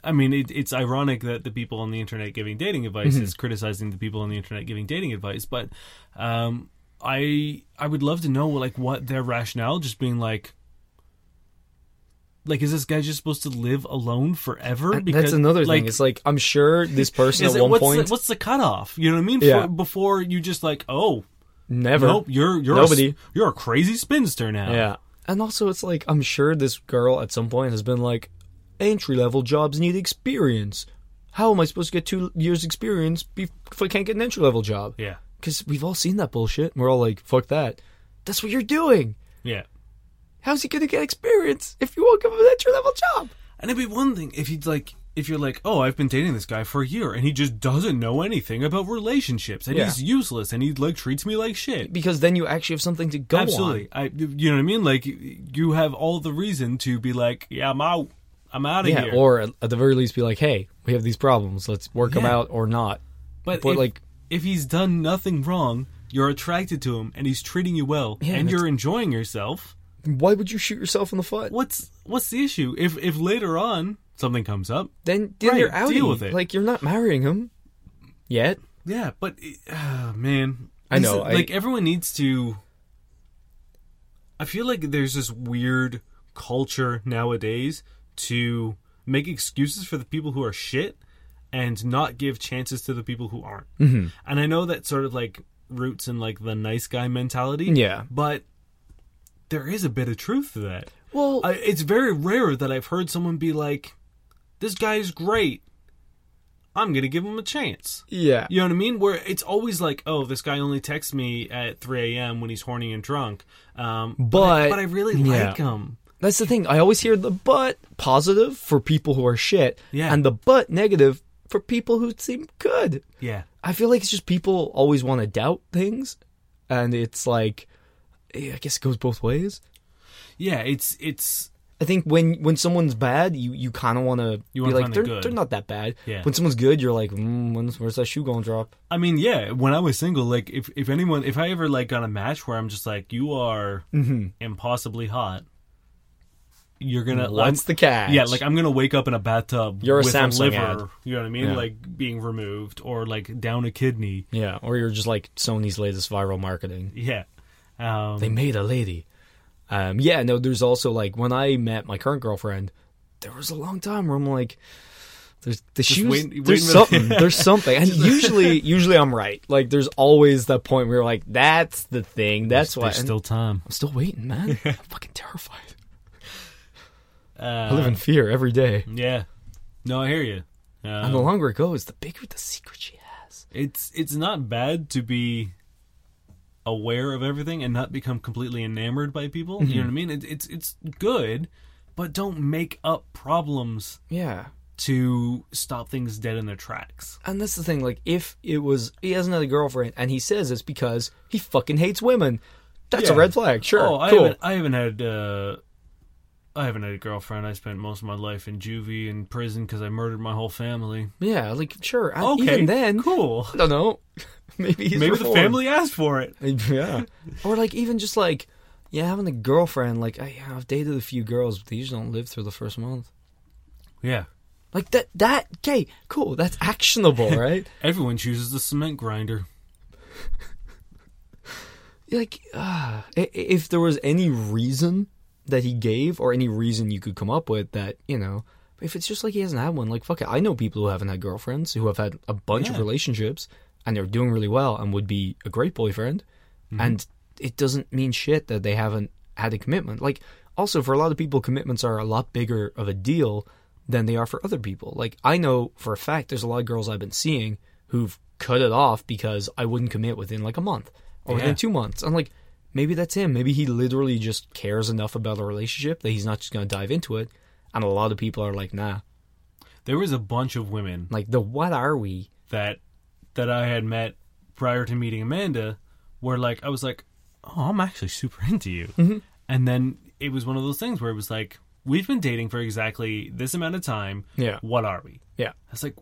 I mean, it, it's ironic that the people on the internet giving dating advice Mm-hmm. is criticizing the people on the internet giving dating advice, but um, I I would love to know like what their rationale, just being like, like is this guy just supposed to live alone forever? And that's another thing. It's like I'm [laughs] sure this person is at it- one what's point the, what's the cutoff? You know what I mean? Yeah. For, before you just like, oh never. nope, you're you're a, Nobody. s- you're a crazy spinster now. Yeah. And also, it's like, I'm sure this girl at some point has been like, entry level jobs need experience. How am I supposed to get two years' experience be- if I can't get an entry level job? yeah, Because we've all seen that bullshit. And we're all like, fuck that. That's what you're doing. yeah. How's he going to get experience if you won't give him an entry level job? And it'd be one thing if he'd like if you're like, oh, I've been dating this guy for a year and he just doesn't know anything about relationships and Yeah. he's useless and he like treats me like shit. because then you actually have something to go Absolutely, I you know what I mean. Like you have all the reason to be like, yeah, I'm out, I'm out on. of Yeah, here. or at, at the very least, be like, hey, we have these problems. Let's work them Yeah. out or not. But, But, if, like- if he's done nothing wrong, you're attracted to him, and he's treating you well, and that's- you're enjoying yourself. Why would you shoot yourself in the foot? What's what's the issue? If if later on something comes up, Then, then Right, you're out. deal with it. Like you're not marrying him yet. yeah. But uh, man, I This know, is- I- like everyone needs to. I feel like there's this weird culture nowadays to make excuses for the people who are shit and not give chances to the people who aren't. Mm-hmm. And I know that sort of like roots in like the nice guy mentality. Yeah. But there is a bit of truth to that. Well, I, it's very rare that I've heard someone be like, "This guy's great. I'm gonna give him a chance." yeah. You know what I mean? Where it's always like, "Oh, this guy only texts me at 3 a.m. when he's horny and drunk." Um, I- But- but I really yeah. like him. That's the thing. I always hear the but positive for people who are shit, Yeah. and the but negative for people who seem good. Yeah, I feel like it's just people always want to doubt things, and it's like, eh, I guess it goes both ways. yeah. It's it's I think when when someone's bad, you you kind of want to be wanna like find they're the good." they're not that bad. Yeah. When someone's good, you're like, mm, when's where's that shoe gonna drop? I mean, yeah, when I was single, like if, if anyone if I ever like got a match where I'm just like, you are Mm-hmm. impossibly hot, you're gonna What's I'm- the catch? Yeah, like I'm gonna wake up in a bathtub You're a with Samsung a liver, ad. you know what I mean? Like being removed or like down a kidney. yeah, or you're just like Sony's latest viral marketing. Yeah. Um, They made a lady. Um, yeah, no, there's also like when I met my current girlfriend, there was a long time where I'm like, there's the shoes, waiting- there's waiting for the- something, there's something, [laughs] and usually, usually I'm right. Like there's always that point where you're like, that's the thing, that's why. there's and still time. I'm still [laughs] waiting, man. I'm fucking terrified. I live Uh, in fear every day. yeah. No, I hear you. And the Um, longer it goes, the bigger the secret she has. it's it's not bad to be aware of everything and not become completely enamored by people. You Mm-hmm. know what I mean? It, it's it's good, but don't make up problems Yeah. to stop things dead in their tracks. And that's the thing, like, if it was he has another girlfriend and he says it's because he fucking hates women, that's a Yeah. red flag. Sure, Oh, I cool. haven't. I haven't had. Uh, I haven't had a girlfriend. I spent most of my life in juvie and prison because I murdered my whole family. Yeah, like sure. And Okay, even then, cool. I don't know. [laughs] Maybe he's Maybe reformed. the family asked for it. Yeah, or like even just like yeah, having a girlfriend. Like I, I've dated a few girls, but they usually don't live through the first month. Yeah, Like that. That okay, cool. That's actionable, [laughs] right? everyone chooses the cement grinder. like uh, if there was any reason that he gave or any reason you could come up with that you know if it's just like he hasn't had one like fuck it i know people who haven't had girlfriends who have had a bunch of Yeah. relationships and they're doing really well and would be a great boyfriend Mm-hmm. and it doesn't mean shit that they haven't had a commitment like also for a lot of people commitments are a lot bigger of a deal than they are for other people like i know for a fact there's a lot of girls i've been seeing who've cut it off because i wouldn't commit within like a month or within Yeah. two months. I'm like, maybe that's him. Maybe he literally just cares enough about a relationship that he's not just going to dive into it. And a lot of people are like, nah. There was a bunch of women Like, the what are we? that that I had met prior to meeting Amanda, where like I was like, "Oh, I'm actually super into you," Mm-hmm. and then it was one of those things where it was like, "We've been dating for exactly this amount of time. Yeah. what are we?" Yeah. I was like,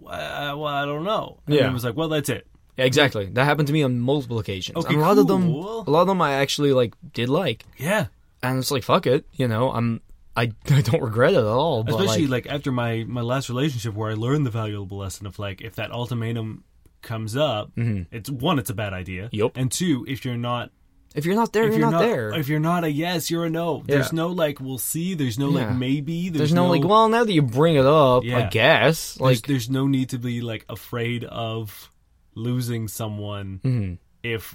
"Wha- well, I don't know. And Yeah. I was like, well, that's it. Yeah, exactly. That happened to me on multiple occasions. Okay, and a lot of them, cool. a lot of them, I actually like did like, Yeah. and it's like fuck it, you know. I'm, I, [laughs] I don't regret it at all. But Especially like, like, after my, my last relationship where I learned the valuable lesson of like, if that ultimatum comes up, it's one, it's a bad idea. Mm-hmm. Yup. And two, if you're not, if you're not there, if you're, not, there. If you're not a yes, you're a no. There's no like, we'll see. There's no Yeah. like, maybe. There's no, like, well, now that you bring it up, I Yeah. guess there's, like there's no need to be like afraid of losing someone Mm-hmm. if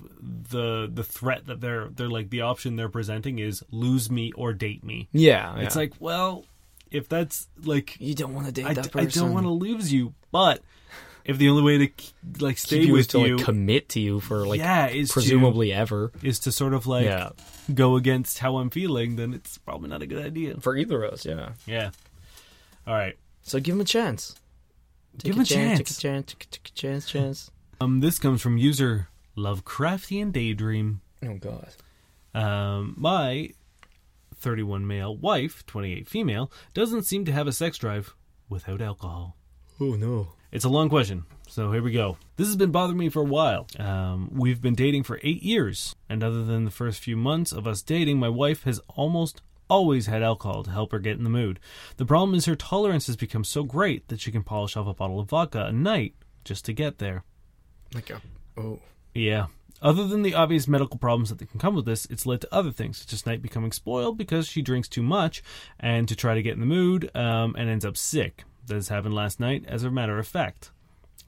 the the threat that they're they're like the option they're presenting is lose me or date me. yeah, It's like, well, if that's like you don't want to date I, that I person. don't want to lose you, but if the only way to k- like stay Keep you is with to you, like commit to you for like yeah, is presumably ever. to, is to sort of like Yeah. go against how I'm feeling, then it's probably not a good idea. For either of us, yeah. Yeah. All right. So give him a chance. Take Give him a Take a chance. chance. Take a, take a chance. Chance. Um, this comes from user Lovecraftian Daydream. Oh God. Um, my 31 male wife, 28 female, doesn't seem to have a sex drive without alcohol. Oh no. It's a long question, so here we go. This has been bothering me for a while. Um, we've been dating for eight years, and other than the first few months of us dating, my wife has almost always had alcohol to help her get in the mood. The problem is her tolerance has become so great that she can polish off a bottle of vodka a night just to get there. Like a oh. Yeah. Other than the obvious medical problems that can come with this, it's led to other things, such as night becoming spoiled because she drinks too much and to try to get in the mood um, and ends up sick. This happened last night, as a matter of fact.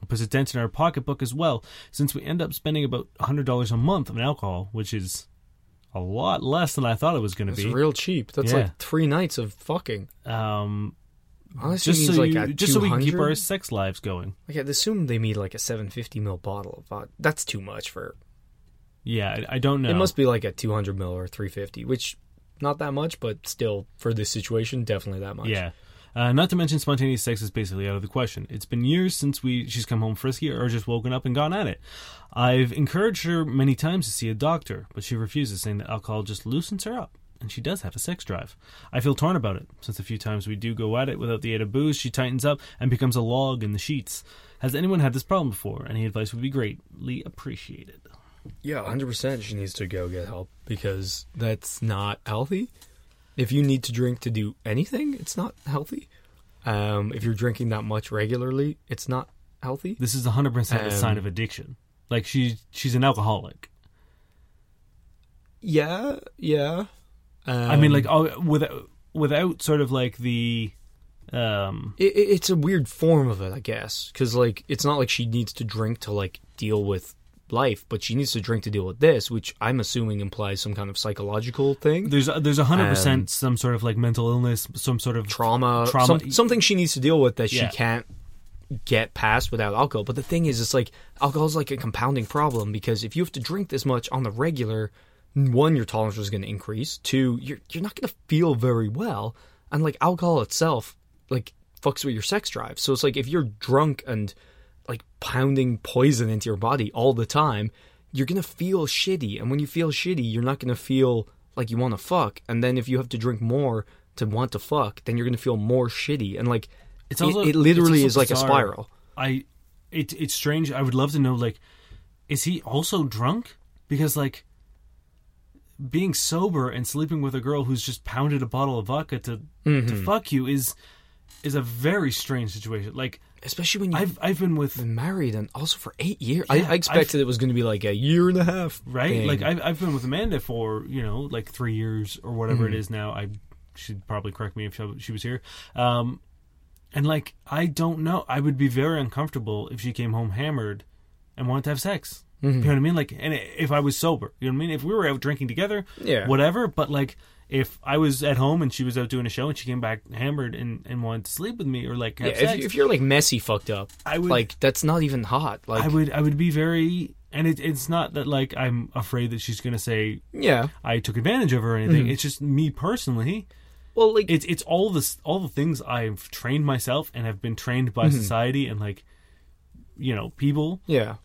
It puts a dent in our pocketbook as well, since we end up spending about $100 a month on alcohol, which is a lot less than I thought it was going to It's be. real cheap. That's Yeah. like three nights of fucking. um, Honestly, just means so, like you- a just so we can keep 200? our sex lives going. Like I'd assume they made like a 750 ml bottle of vodka. That's too much for. Yeah, I, I don't know. It must be like a 200 ml or 350, which not that much, but still for this situation, definitely that much. Yeah. Uh, not to mention spontaneous sex is basically out of the question. It's been years since we she's come home frisky or just woken up and gone at it. I've encouraged her many times to see a doctor, but she refuses, saying that alcohol just loosens her up, and she does have a sex drive. I feel torn about it, since a few times we do go at it without the aid of booze, she tightens up and becomes a log in the sheets. Has anyone had this problem before? Any advice would be greatly appreciated. Yeah, 100% she needs to go get help because that's not healthy. If you need to drink to do anything, it's not healthy. Um, if you're drinking that much regularly, it's not healthy. This is 100% a Um, sign of addiction. Like she she's an alcoholic. Yeah, yeah. Um, I mean, like oh, without without sort of like the um it, it- it's a weird form of it, I guess, because like it's not like she needs to drink to like deal with life, but she needs to drink to deal with this, which I'm assuming implies some kind of psychological thing, there's there's a hundred Um, percent some sort of like mental illness, some sort of trauma, Trauma. some- something she needs to deal with that Yeah. she can't get past without alcohol. But the thing is, it's like alcohol's like a compounding problem because if you have to drink this much on the regular, one, your tolerance is going to increase. Two, you're you're not going to feel very well, and like alcohol itself, like fucks with your sex drive. So it's like if you're drunk and like pounding poison into your body all the time, you're gonna feel shitty. And when you feel shitty, you're not gonna feel like you want to fuck. And then if you have to drink more to want to fuck, then you're gonna feel more shitty. And like, It's it- also- it, literally it's is also like a bizarre. spiral. I it it's strange. I would love to know like, is he also drunk? Because like, being sober and sleeping with a girl who's just pounded a bottle of vodka to to Mm-hmm. fuck you is is a very strange situation. Like Especially when I've you've I've been with been married and also for eight years. Yeah, I, I expected it was gonna be like a year and a half, right? thing. Like I've I've been with Amanda for you know like three years or whatever Hmm. it is now. I should probably correct me if she, she was here. Um, and like I don't know, I would be very uncomfortable if she came home hammered and wanted to have sex. Mm-hmm. You know what I mean? Like, and if I was sober, you know what I mean. If we were out drinking together, Yeah. whatever. But like, if I was at home and she was out doing a show and she came back hammered and, and wanted to sleep with me or like have yeah, sex, if, you- if you're like messy fucked up, I would- like that's not even hot. Like, I would I would be very. And it, it's not that like I'm afraid that she's gonna say yeah. I took advantage of her or anything. It's just me personally. Well, like It's it's all this all the things I've trained myself and have been trained by society and like you know people yeah.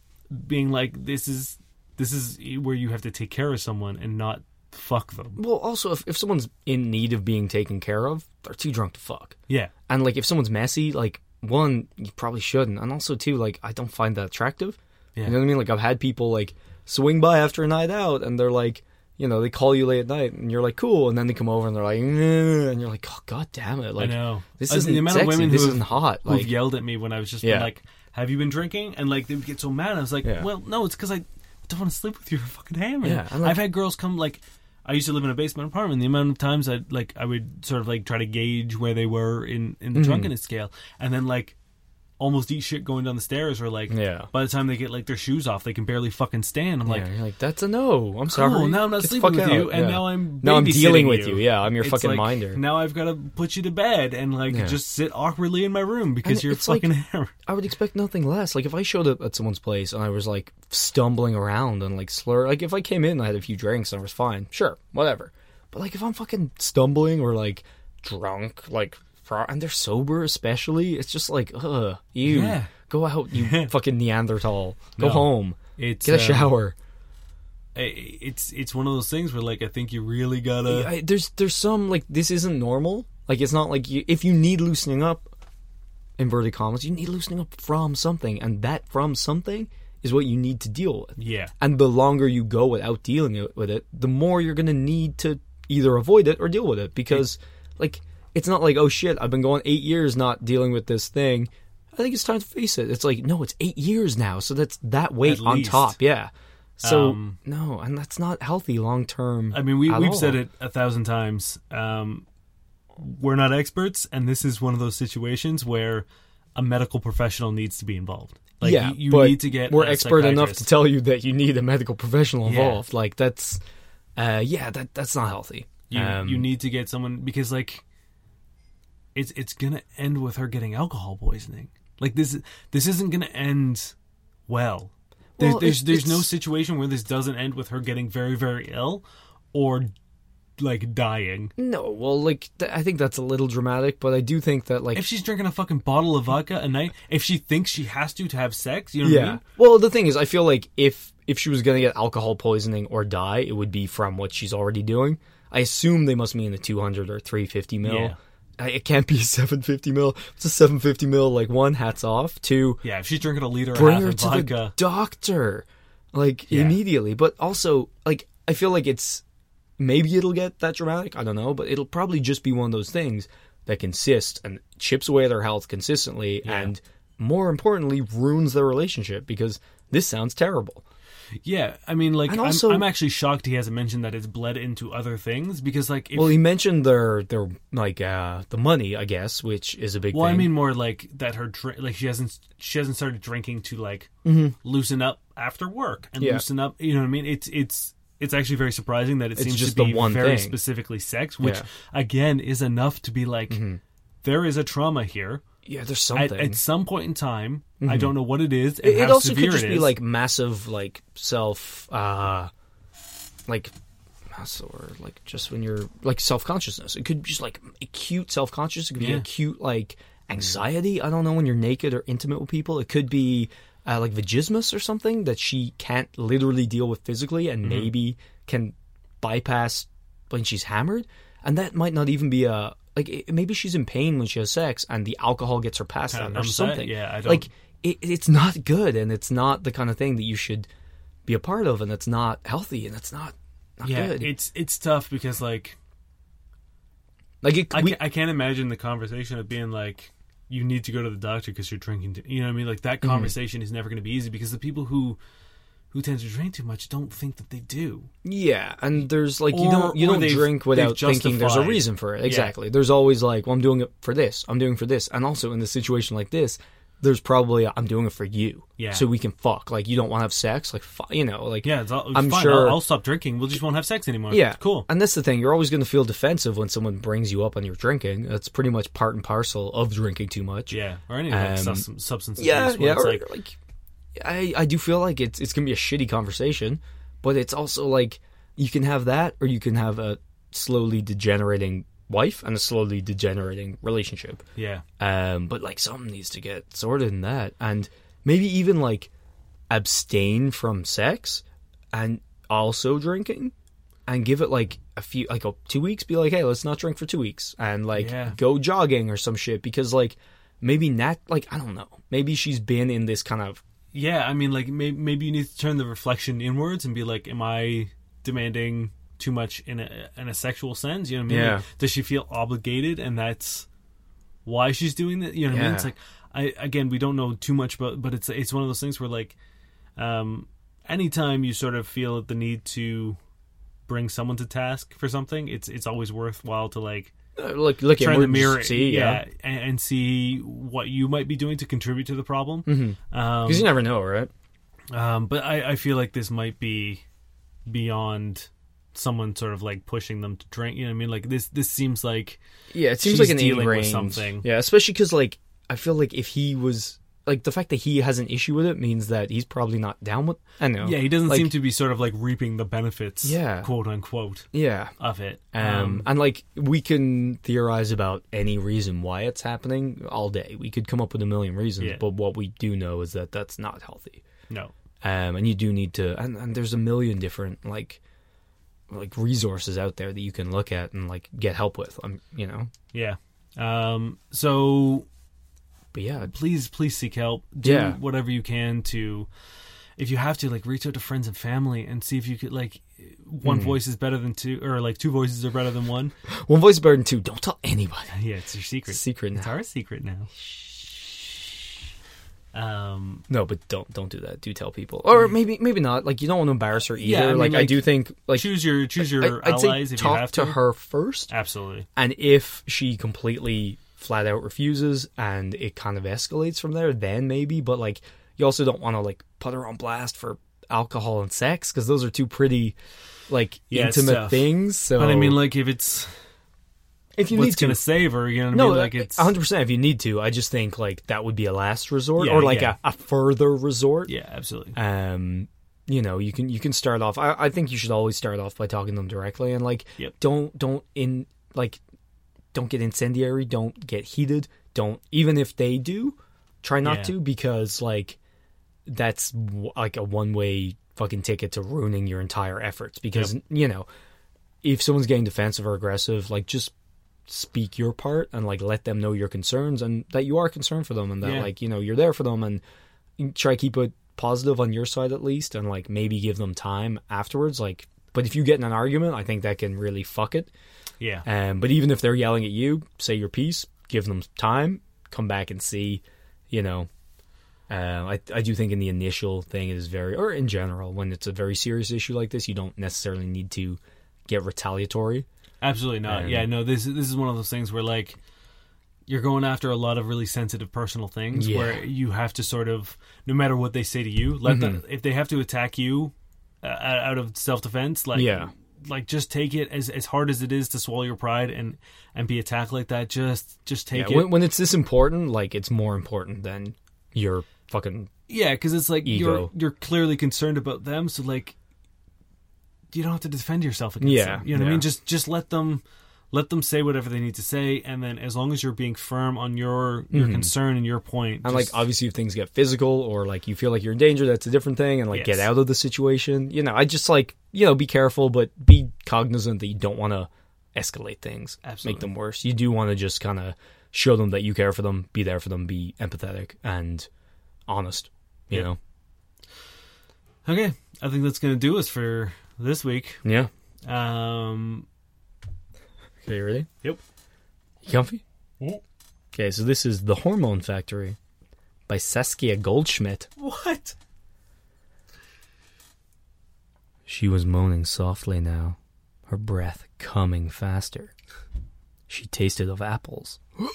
being like this is this is where you have to take care of someone and not fuck them. Well, also if if someone's in need of being taken care of, they're too drunk to fuck. Yeah. And like if someone's messy, like one, you probably shouldn't. And also two, like I don't find that attractive. Yeah. You know what I mean? Like I've had people like swing by after a night out and they're like, you know, they call you late at night and you're like, cool, and then they come over and they're like, "Nah," and you're like, oh god damn it, like know. this Uh, the isn't amount of sexy, women this who have- isn't hot. Who've Like yelled at me when I was just been Yeah. like, "Have you been drinking?" And like they would get so mad. I was like, Yeah. "Well, no, it's because I don't want to sleep with you. You're fucking hammered." Yeah, and, like- I've had girls come like. I used to live in a basement apartment. The amount of times I would like, I would sort of like try to gauge where they were in in the Mm. drunkenness scale, and then like almost eat shit going down the stairs, or like Yeah. by the time they get like their shoes off, they can barely fucking stand. I'm like, like, you're like, that's a no. cool. I'm sorry. now I'm not Get the sleeping fuck with you, out." and Yeah. now I'm now I'm babysitting dealing with you. Yeah, I'm your It's fucking like, minder. Now I've got to put you to bed and like Yeah. just sit awkwardly in my room because And you're it's like- fucking [laughs] hammered. I would expect nothing less. Like if I showed up at someone's place and I was like stumbling around and like slur, like if I came in and I had a few drinks and I was fine, sure, whatever. But like if I'm fucking stumbling or like drunk, like pro- and they're sober, especially. It's just like, ugh, you Yeah. go [laughs] out, you fucking Neanderthal. Go No. home, It's get a um, shower. i- It's it's one of those things where like I think you really gotta. I, there's there's some like this isn't normal. Like it's not like you if you need loosening up, inverted commas, you need loosening up from something, and that from something is what you need to deal with. Yeah. And the longer you go without dealing it- with it, the more you're gonna need to either avoid it or deal with it because, like, it's not like oh shit, I've been going eight years not dealing with this thing. I think it's time to face it. It's like no, it's eight years now, so that's that weight At on least. top, yeah. So Um, no, and that's not healthy long term. I mean, we at we've all. said it a thousand times. Um, we're not experts, and this is one of those situations where a medical professional needs to be involved. Like yeah, you, you but need to get we're a expert enough to psychiatrist. tell you that you need a medical professional Yeah. involved. Like that's, uh, yeah, that that's not healthy. you, Um, you need to get someone because like it's it's gonna end with her getting alcohol poisoning. Like this this isn't gonna end well. There, Well, there's it's- there's no it's- situation where this doesn't end with her getting very very ill or like dying. no, well, like th- I think that's a little dramatic, but I do think that like If she's drinking a fucking bottle of vodka a night, if she thinks she has to to have sex, you know what I yeah. mean? Well, the thing is, I feel like if if she was gonna get alcohol poisoning or die, it would be from what she's already doing. I assume they must be in the 200 or 350 mil. Yeah. I, it can't be [laughs] 750 mil. It's a 750 mil. Like one, hats off. Two, Yeah, if she's drinking a liter or bring half her of to the vodka, doctor like Yeah. immediately but also like i feel like it's maybe it'll get that dramatic i don't know but it'll probably just be one of those things that consists and chips away at their health consistently and more importantly ruins their relationship because this sounds terrible yeah, I mean, like, And I'm, also- I'm actually shocked he hasn't mentioned that it's bled into other things because, like, if well he mentioned their their like uh the money i guess which is a big Well, thing I mean more like that her drink, like she hasn't she hasn't started drinking to like loosen up after work and Mm-hmm. Yeah. loosen up. You know what I mean? It's it's it's actually very surprising that it seems just to the be one very thing. specifically sex, which Yeah. Mm-hmm. again is enough to be like there is a trauma here yeah there's at, something at some point in time. I don't know what it is. And Mm-hmm. it, how it also severe could just it be is. like massive like self uh like what's the word like just when you're like self-consciousness it could be just like acute self-conscious it could be Yeah. acute like anxiety i don't know when you're naked or intimate with people it could be uh, like vagismus or something that she can't literally deal with physically Mm-hmm. and maybe can bypass when she's hammered and that might not even be a like it, maybe she's in pain when she has sex and the alcohol gets her past Kinda that or numbs that, something yeah, I don't- like it, it's not good and it's not the kind of thing that you should be a part of and it's not healthy and it's not not yeah, good it's it's tough because like like it, I, we, ca- I can't imagine the conversation of being like, you need to go to the doctor because you're drinking. Too, you know what I mean? Like that Mm-hmm. conversation is never going to be easy because the people who who tend to drink too much don't think that they do. yeah and there's like Or- you don't you or don't they've- drink they've without thinking there's a justified- reason for it exactly there's always like well i'm doing it for this i'm doing it for this and also in a situation like this there's probably a, i'm doing it for you Yeah. so we can fuck like you don't want to have sex like fu- you know like Yeah, it's all, it's I'm fine. sure- I'll, I'll stop drinking. We'll just won't have sex anymore. Yeah, cool. And that's the thing; you're always going to feel defensive when someone brings you up on your drinking. That's pretty much part and parcel of drinking too much. Yeah, or any like, Um, sus- substance yeah, abuse. where yeah. it's or, like, like, I, I do feel like it's it's going to be a shitty conversation, but it's also like you can have that, or you can have a slowly degenerating wife and a slowly degenerating relationship. yeah, Um, but like something needs to get sorted in that, and maybe even like abstain from sex and also drinking, and give it like a few like a, two weeks. Be like, hey, let's not drink for two weeks, and like Yeah. go jogging or some shit because like maybe not like I don't know. Maybe she's been in this kind of yeah. I mean, like may- maybe you need to turn the reflection inwards and be like, am I demanding too much in a in a sexual sense? You know what I mean? Yeah. Like, does she feel obligated, and that's why she's doing that? You know what I mean? Yeah. It's like, I again, we don't know too much, but but it's it's one of those things where like, um, anytime you sort of feel the need to bring someone to task for something, it's it's always worthwhile to like uh, look look Try at in the mirror, see yeah yeah, And, and see what you might be doing to contribute to the problem. Mm-hmm. Um, because you never know right. um, but I, I feel like this might be beyond someone sort of like pushing them to drink. You know what I mean? Like this, this seems like Yeah, it seems she's like an dealing with ingrained. something. Yeah, especially because like I feel like if he was like the fact that he has an issue with it means that he's probably not down with. I know. Yeah, he doesn't Oh. like, seem to be sort of like reaping the benefits, Yeah. quote unquote, Yeah. of it. Um, and like we can theorize about any reason why it's happening all day. We could come up with a million reasons, Yeah. but what we do know is that that's not healthy. no. um, and you do need to and, and there's a million different like like resources out there that you can look at and like get help with um, you know Yeah. Um, so but yeah please, please seek help. Do Yeah. whatever you can to, if you have to, like reach out to friends and family and see if you could, like, one voice is better than two, or like two voices are better than one. one voice burden two don't tell anybody yeah, it's your secret. secret It's now. our secret now. Um, no but don't don't do that do tell people or maybe maybe not like you don't want to embarrass her either Mm-hmm. Yeah, I mean, like, i like, do think like choose your choose I- your I'd allies say if talk you have to her first Absolutely. And if she completely flat out refuses and it kind of escalates from there, then maybe. But like, you also don't want to like put her on blast for alcohol and sex because those are two pretty like Yeah, it's intimate tough. things. So, But I mean, like, if it's if you what's need going to. to save her, you know what I No, mean? Like, it's 100% if you need to. I just think like that would be a last resort Yeah, or like yeah. a, a further resort. yeah, absolutely. Um, you know, you can you can start off. I, I think you should always start off by talking to them directly and like Yep. don't don't in like don't get incendiary, don't get heated, don't even if they do, try not Yeah. to because like that's w- like a one way fucking ticket to ruining your entire efforts because you know if someone's getting defensive or aggressive, like just speak your part and like let them know your concerns and that you are concerned for them and that Yeah. like you know you're there for them and try keep it positive on your side at least and like maybe give them time afterwards like but if you get in an argument i think that can really fuck it Yeah, um, but even if they're yelling at you say your piece give them time come back and see you know um, I, I do think in the initial thing it is very or in general when it's a very serious issue like this you don't necessarily need to get retaliatory absolutely not. Um, yeah, no. This this is one of those things where like you're going after a lot of really sensitive personal things Yeah. where you have to sort of no matter what they say to you, let Mm-hmm. them if they have to attack you uh, out of self defense, like Yeah. Like just take it as as hard as it is to swallow your pride and and be attacked like that. Just just take Yeah, it. when, when it's this important, like it's more important than your fucking Yeah, because it's like you're Ego. you're clearly concerned about them, so like you don't have to defend yourself against Yeah, them. You know what I yeah. mean? Just just let them let them say whatever they need to say, and then as long as you're being firm on your your concern and your point, Mm-hmm. and just- like obviously if things get physical or like you feel like you're in danger, that's a different thing. And Yes. like get out of the situation. You know, I just like you know be careful, but be cognizant that you don't want to escalate things, Absolutely. make them worse. You do want to just kind of show them that you care for them, be there for them, be empathetic and honest. You Yep. know, okay, I think that's gonna do us for this week. yeah. Um, Okay, you ready? Yep. You comfy? Yep. Okay, so this is The Hormone Factory by Saskia Goldschmidt. what? She was moaning softly now, her breath coming faster. She tasted of apples. [gasps]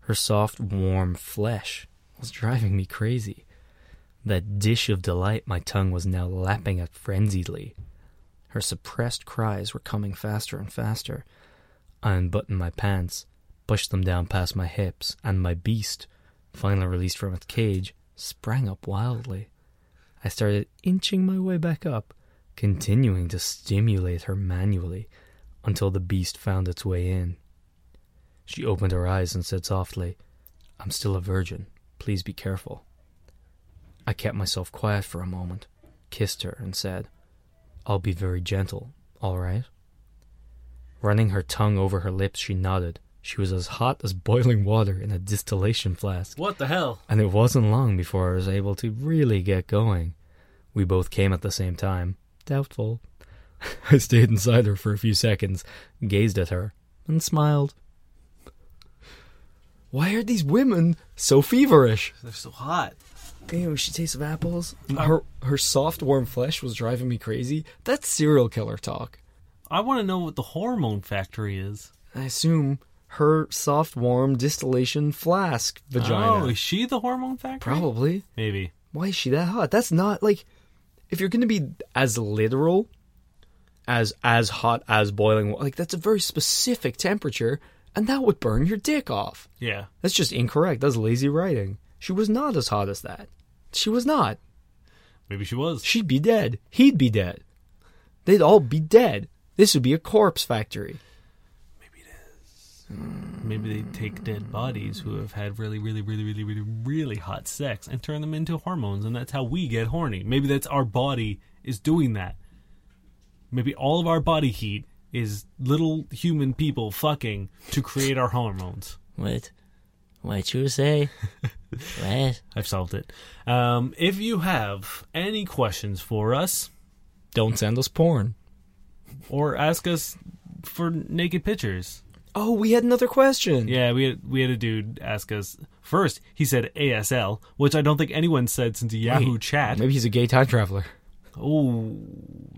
Her soft, warm flesh was driving me crazy. That dish of delight my tongue was now lapping at frenziedly. Her suppressed cries were coming faster and faster. I unbuttoned my pants, pushed them down past my hips, and my beast, finally released from its cage, sprang up wildly. I started inching my way back up, continuing to stimulate her manually until the beast found its way in. She opened her eyes and said softly, I'm still a virgin. Please be careful. I kept myself quiet for a moment, kissed her, and said, I'll be very gentle, all right? Running her tongue over her lips, she nodded. She was as hot as boiling water in a distillation flask What the hell? and it wasn't long before I was able to really get going. We both came at the same time. Doubtful. [laughs] I stayed inside her for a few seconds, gazed at her, and smiled. Why are these women so feverish? They're so hot. Damn, she tastes of apples. Her her soft, warm flesh was driving me crazy. That's serial killer talk. I want to know what the hormone factory is. I assume her soft, warm distillation flask vagina. Oh, is she the hormone factory? Probably. Maybe. why is she that hot? That's not like if you're going to be as literal as as hot as boiling water. Like that's a very specific temperature, and that would burn your dick off. Yeah. That's just incorrect. That's lazy writing. She was not as hot as that. She was not. Maybe she was. She'd be dead. He'd be dead. They'd all be dead. This would be a corpse factory. Maybe they take dead bodies who have had really, really, really, really, really, really hot sex and turn them into hormones, and that's how we get horny. Maybe that's our body is doing that. Maybe all of our body heat is little human people fucking to create our hormones. What? What you say? what? I've solved it. Um, if you have any questions for us Don't send us porn. or ask us for naked pictures, Oh, we had another question. yeah, we had, we had a dude ask us first. He said ASL, which I don't think anyone said since Yahoo Chat. Maybe he's a gay time traveler. Oh,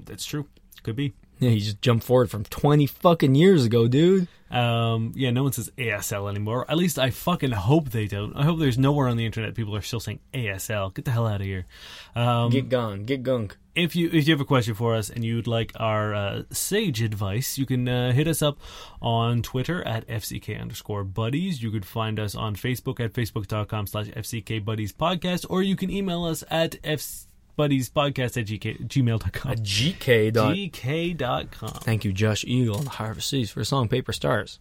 that's true. Could be. Yeah, he just jumped forward from 20 fucking years ago, dude. Um, yeah, no one says ASL anymore. At least I fucking hope they don't. I hope there's nowhere on the internet people are still saying ASL. Get the hell out of here. Um, Get gone. Get gunk. if you if you have a question for us and you'd like our uh, sage advice, you can uh, hit us up on Twitter at fck underscore buddies. You could find us on Facebook at facebook.com slash fck buddies podcast, or you can email us at f buddies podcast at gk, gmail.com. GK dot. gk.com. Thank you, Josh Eagle and the Harvest Seas for the song Paper Stars.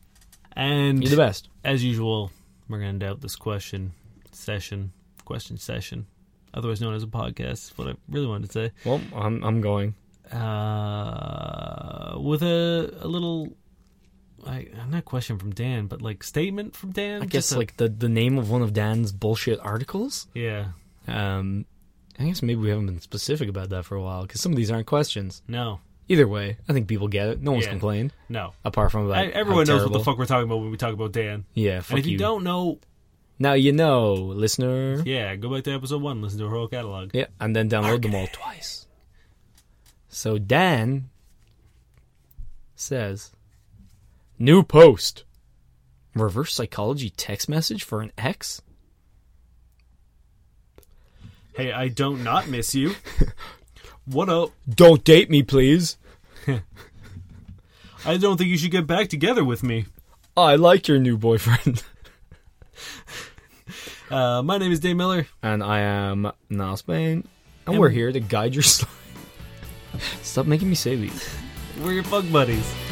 And You're the best. as usual, we're going to end out this question session, question session, otherwise known as a podcast. is What I really wanted to say Well, I'm, I'm going. uh, with a a little, I, not question from Dan, but like statement from Dan. I guess Just a- like the, the name of one of Dan's bullshit articles. yeah, Um, I guess maybe we haven't been specific about that for a while because some of these aren't questions. no, Either way, I think people get it. No one's Yeah. complained no. apart from about I, everyone knows what the fuck we're talking about when we talk about Dan. Yeah, And fuck if you, you. don't know, Now you know, listener. Yeah, yeah, go back to episode one, listen to her whole catalog. and then download them all twice. So Dan says, "New post: Reverse psychology text message for an ex." Hey, I don't not miss [laughs] you. what up? Don't date me, please. I don't think you should get back together with me. I like your new boyfriend. [laughs] Uh, my name is Dave Miller. and I am Niles Bain, and [laughs] we're here to guide your slide. Stop making me say these. We're your bug buddies.